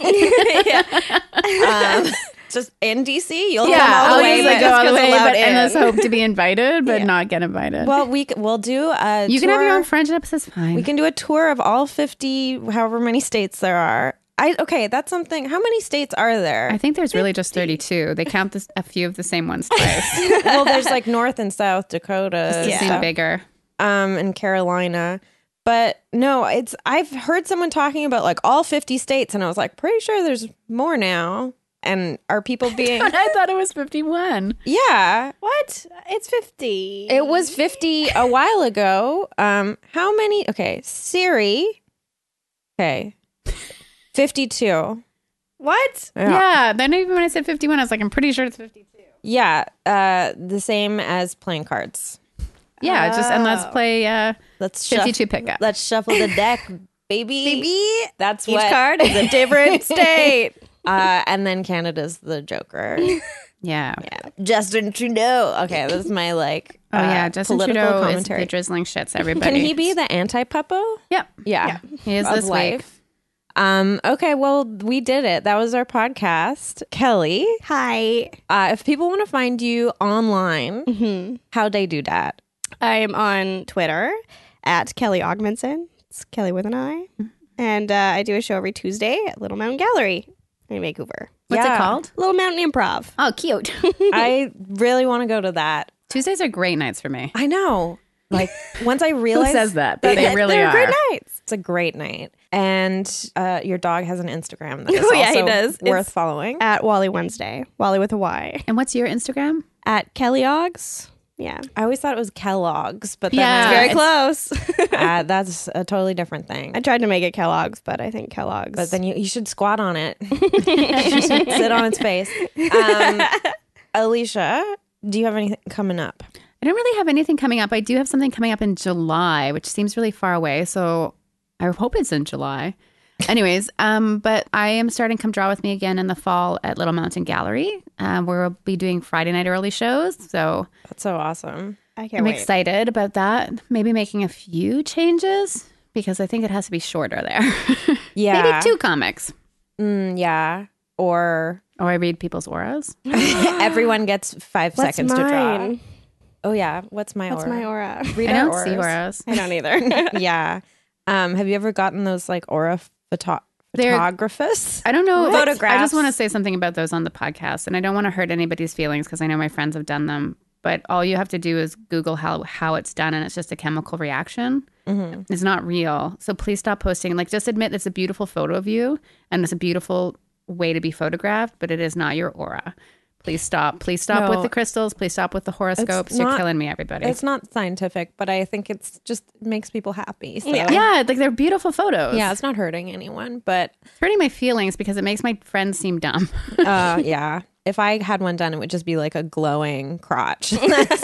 Speaker 1: just in DC, you'll come
Speaker 2: yeah,
Speaker 1: all the
Speaker 2: I'll
Speaker 1: way,
Speaker 2: usually
Speaker 1: but
Speaker 2: go
Speaker 1: just
Speaker 2: all the
Speaker 1: 'cause
Speaker 2: way,
Speaker 1: allowed
Speaker 2: but
Speaker 1: in.
Speaker 2: and let's hope to be invited, but not get invited.
Speaker 1: Well, we c- we'll do a.
Speaker 2: you can have your
Speaker 1: tour.
Speaker 2: own friendships. It's fine.
Speaker 1: We can do a tour of all 50, however many states there are. I okay, that's something. How many states are
Speaker 2: I
Speaker 1: there?
Speaker 2: think there's really just 32. They count this, a few of the same ones twice.
Speaker 1: well, there's like North and South Dakota,
Speaker 2: They seem
Speaker 1: stuff,
Speaker 2: bigger.
Speaker 1: um, and Carolina. But no, it's I've heard someone talking about like all 50 states, and I was like, pretty sure there's more now. And are people being
Speaker 2: I thought it was 51.
Speaker 1: yeah?
Speaker 3: What? It's 50.
Speaker 1: It was 50 a while ago. Um, how many? Okay, Siri. Okay, 52.
Speaker 3: What?
Speaker 2: Yeah. Then even when I said 51, I was like, I'm pretty sure it's 52.
Speaker 1: Yeah, uh, the same as playing cards.
Speaker 2: Yeah. Just and let's
Speaker 3: Oh.
Speaker 2: play uh,
Speaker 1: Let's shuff-
Speaker 2: 52 pickup.
Speaker 1: Let's shuffle the deck, baby.
Speaker 3: Baby.
Speaker 1: That's
Speaker 3: Each
Speaker 1: what.
Speaker 3: card is a different state.
Speaker 1: Uh, and then Canada's the Joker.
Speaker 2: yeah.
Speaker 1: Justin Trudeau. Okay, this is my like.
Speaker 2: Oh yeah.
Speaker 1: uh,
Speaker 2: Justin
Speaker 1: political
Speaker 2: Trudeau
Speaker 1: commentary.
Speaker 2: is the drizzling shits. Everybody.
Speaker 1: Can he be the anti puppo?
Speaker 2: Yep.
Speaker 1: Yeah.
Speaker 2: He is
Speaker 1: Of
Speaker 2: this week.
Speaker 1: life. Um. Okay. Well, we did it. That was our podcast, Kelly.
Speaker 3: Hi.
Speaker 1: Uh, if people want to find you online, how they do that?
Speaker 3: I am on Twitter at Kelly Augmenson. It's Kelly with an I. And uh, I do a show every Tuesday at Little Mountain Gallery in Vancouver.
Speaker 2: What's
Speaker 1: Yeah.
Speaker 2: it called?
Speaker 3: Little Mountain Improv.
Speaker 8: Oh, cute.
Speaker 1: I really want to go to that.
Speaker 2: Tuesdays are great nights for me.
Speaker 1: I know. Like once I
Speaker 2: Who
Speaker 1: realized
Speaker 2: says that? But they really
Speaker 3: They're
Speaker 2: are.
Speaker 3: great nights.
Speaker 1: it's a great night. And uh, your dog has an Instagram that is
Speaker 3: Oh, yeah, he
Speaker 1: also
Speaker 3: does.
Speaker 1: worth
Speaker 3: It's-
Speaker 1: following.
Speaker 3: At Wally Wednesday. Wally with a Y.
Speaker 2: And what's your Instagram?
Speaker 3: At Kelly Oggs. Yeah.
Speaker 1: I always thought it was Kellogg's, but then
Speaker 2: Yeah.
Speaker 1: I
Speaker 3: It's
Speaker 1: was
Speaker 3: very
Speaker 1: like,
Speaker 3: close.
Speaker 1: uh, that's a totally different thing.
Speaker 3: I tried to make it Kellogg's, but I think Kellogg's.
Speaker 1: but then you, you should squat on it. you should sit on its face. Um, Alicia, do you have anything coming up?
Speaker 2: I don't really have anything coming up. I do have something coming up in July, which seems really far away. So I hope it's in July. Anyways, um, but I am starting Come Draw With Me again in the fall at Little Mountain Gallery, um, where we'll be doing Friday night early shows. So
Speaker 1: That's so awesome.
Speaker 3: I can't
Speaker 2: I'm
Speaker 3: wait.
Speaker 2: excited about that. Maybe making a few changes because I think it has to be shorter there.
Speaker 1: Yeah.
Speaker 2: Maybe two comics.
Speaker 1: Mm, yeah. Or
Speaker 2: Or I read people's auras.
Speaker 1: everyone gets 5
Speaker 3: What's
Speaker 1: seconds to draw.
Speaker 3: mine?
Speaker 1: Oh yeah. What's my
Speaker 3: What's
Speaker 1: aura?
Speaker 3: my aura?
Speaker 1: Read
Speaker 2: I
Speaker 1: our
Speaker 2: don't see
Speaker 1: auras.
Speaker 2: auras.
Speaker 3: I don't either.
Speaker 1: yeah. Um, have you ever gotten those like aura photo-
Speaker 2: They're-
Speaker 1: photographers?
Speaker 2: I don't know.
Speaker 1: What?
Speaker 2: I just
Speaker 1: Photographs.
Speaker 2: want to say something about those on the podcast, and I don't want to hurt anybody's feelings because I know my friends have done them. But all you have to do is Google how how it's done, and it's just a chemical reaction.
Speaker 1: Mm-hmm.
Speaker 2: It's not real. So please stop posting. Like, just admit it's a beautiful photo of you, and it's a beautiful way to be photographed, but it is not your aura. Please stop. Please stop
Speaker 1: No.
Speaker 2: with the crystals. Please stop with the horoscopes. You're
Speaker 1: not-
Speaker 2: killing me, everybody.
Speaker 1: It's not scientific, but I think it's just makes people happy. So.
Speaker 2: Yeah, like they're beautiful photos.
Speaker 1: Yeah, it's not hurting anyone, but
Speaker 2: It's hurting my feelings because it makes my friends seem dumb.
Speaker 1: uh, yeah. If I had one done, it would just be like a glowing crotch. That's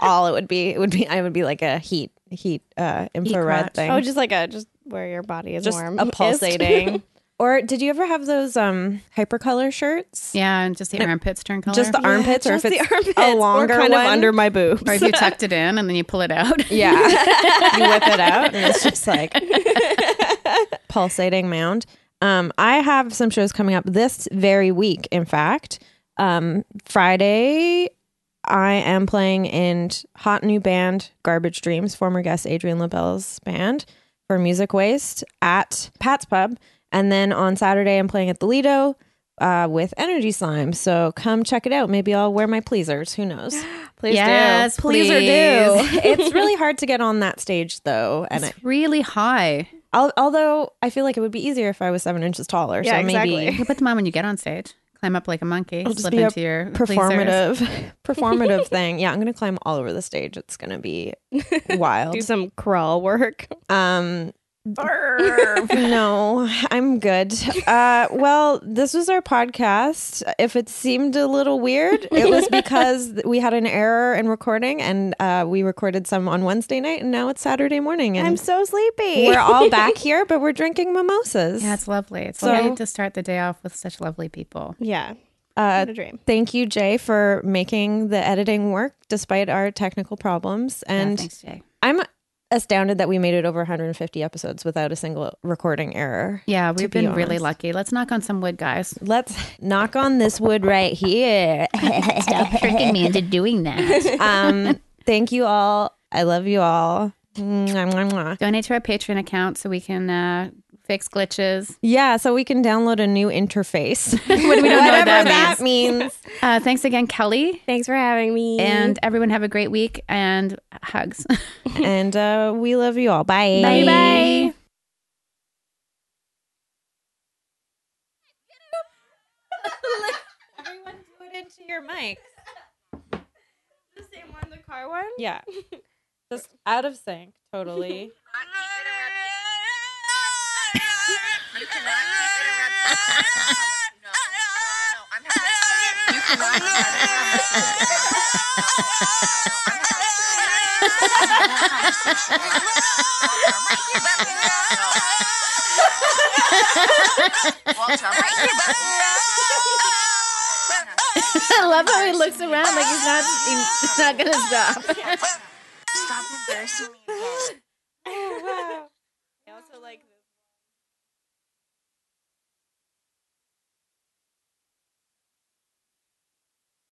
Speaker 1: all it would be. It would be. I would be like a heat heat uh, infrared
Speaker 2: crotch.
Speaker 1: thing.
Speaker 3: oh, just like a just where your body is
Speaker 1: just
Speaker 3: warm.
Speaker 1: a pulsating. or did you ever have those um hypercolor shirts?
Speaker 2: yeah, and just the armpits turn color.
Speaker 1: Just the armpits, or
Speaker 3: just
Speaker 1: if
Speaker 3: the
Speaker 1: it's
Speaker 3: armpits,
Speaker 1: a
Speaker 3: or
Speaker 1: longer
Speaker 3: kind
Speaker 1: one?
Speaker 3: of under my boobs.
Speaker 2: Or if you tucked it in and then you pull it out.
Speaker 1: Yeah. you whip it out and it's just like pulsating mound. Um, I have some shows coming up this very week, in fact. Um, Friday, I am playing in hot new band Garbage Dreams, former guest Adrian LaBelle's band for Music Waste at Pat's Pub. And then on Saturday, I'm playing at the Lido uh, with Energy Slime. So come check it out. Maybe I'll wear my pleasers. Who knows?
Speaker 3: Please
Speaker 2: Yes,
Speaker 3: do.
Speaker 1: please or
Speaker 2: please.
Speaker 1: do. it's really hard to get on that stage though, and I,
Speaker 2: It's really high.
Speaker 1: al- although I feel like it would be easier if I was seven inches taller,
Speaker 3: Yeah,
Speaker 1: so
Speaker 2: You
Speaker 1: maybe
Speaker 2: can put them on when you get on stage. Climb up like a monkey.
Speaker 1: It'll just
Speaker 2: slip
Speaker 1: be a
Speaker 2: into your pleasers.
Speaker 1: performative, performative thing. Yeah, I'm gonna climb all over the stage. It's gonna be wild.
Speaker 3: Do some crawl work.
Speaker 1: Um, no, I'm good. Uh, well, this was our podcast. If it seemed a little weird, it was because we had an error in recording, and uh, we recorded some on Wednesday night, and now it's Saturday morning. And
Speaker 3: I'm so sleepy.
Speaker 1: we're all back here, but we're drinking mimosas.
Speaker 2: Yeah, it's lovely. It's
Speaker 1: So-
Speaker 2: lovely to start the day off with such lovely people.
Speaker 3: yeah.
Speaker 1: uh,
Speaker 3: What a dream.
Speaker 1: thank you, Jay, for making the editing work despite our technical problems.
Speaker 2: Yeah,
Speaker 1: And
Speaker 2: thanks, Jay.
Speaker 1: I'm astounded that we made it over 150 episodes without a single recording error.
Speaker 2: Yeah, we've
Speaker 1: be
Speaker 2: been really
Speaker 1: honest.
Speaker 2: lucky. Let's knock on some wood, guys.
Speaker 1: Let's knock on this wood right here.
Speaker 8: Stop tricking me into doing that.
Speaker 1: um, thank you all. I love you all. Mwah, mwah, mwah.
Speaker 2: Donate to our Patreon account so we can uh, fix glitches.
Speaker 1: Yeah, so we can download a new interface. we don't Whatever
Speaker 2: know what that
Speaker 1: means.
Speaker 2: Uh, thanks again, Kelly.
Speaker 3: Thanks for having me.
Speaker 2: And everyone have a great week and hugs.
Speaker 1: and uh, we love you all.
Speaker 2: Bye bye.
Speaker 1: Everyone do it into your mic.
Speaker 3: the same one, the car one.
Speaker 1: Yeah. Just out of sync, totally.
Speaker 6: You cannot keep interrupting. No, no, no, no, I'm happy. You cannot keep interrupting. Walter, I'm right here, buddy.
Speaker 8: I love how he looks around like he's not he's not gonna stop.
Speaker 6: Stop embarrassing me again.
Speaker 3: I also like this.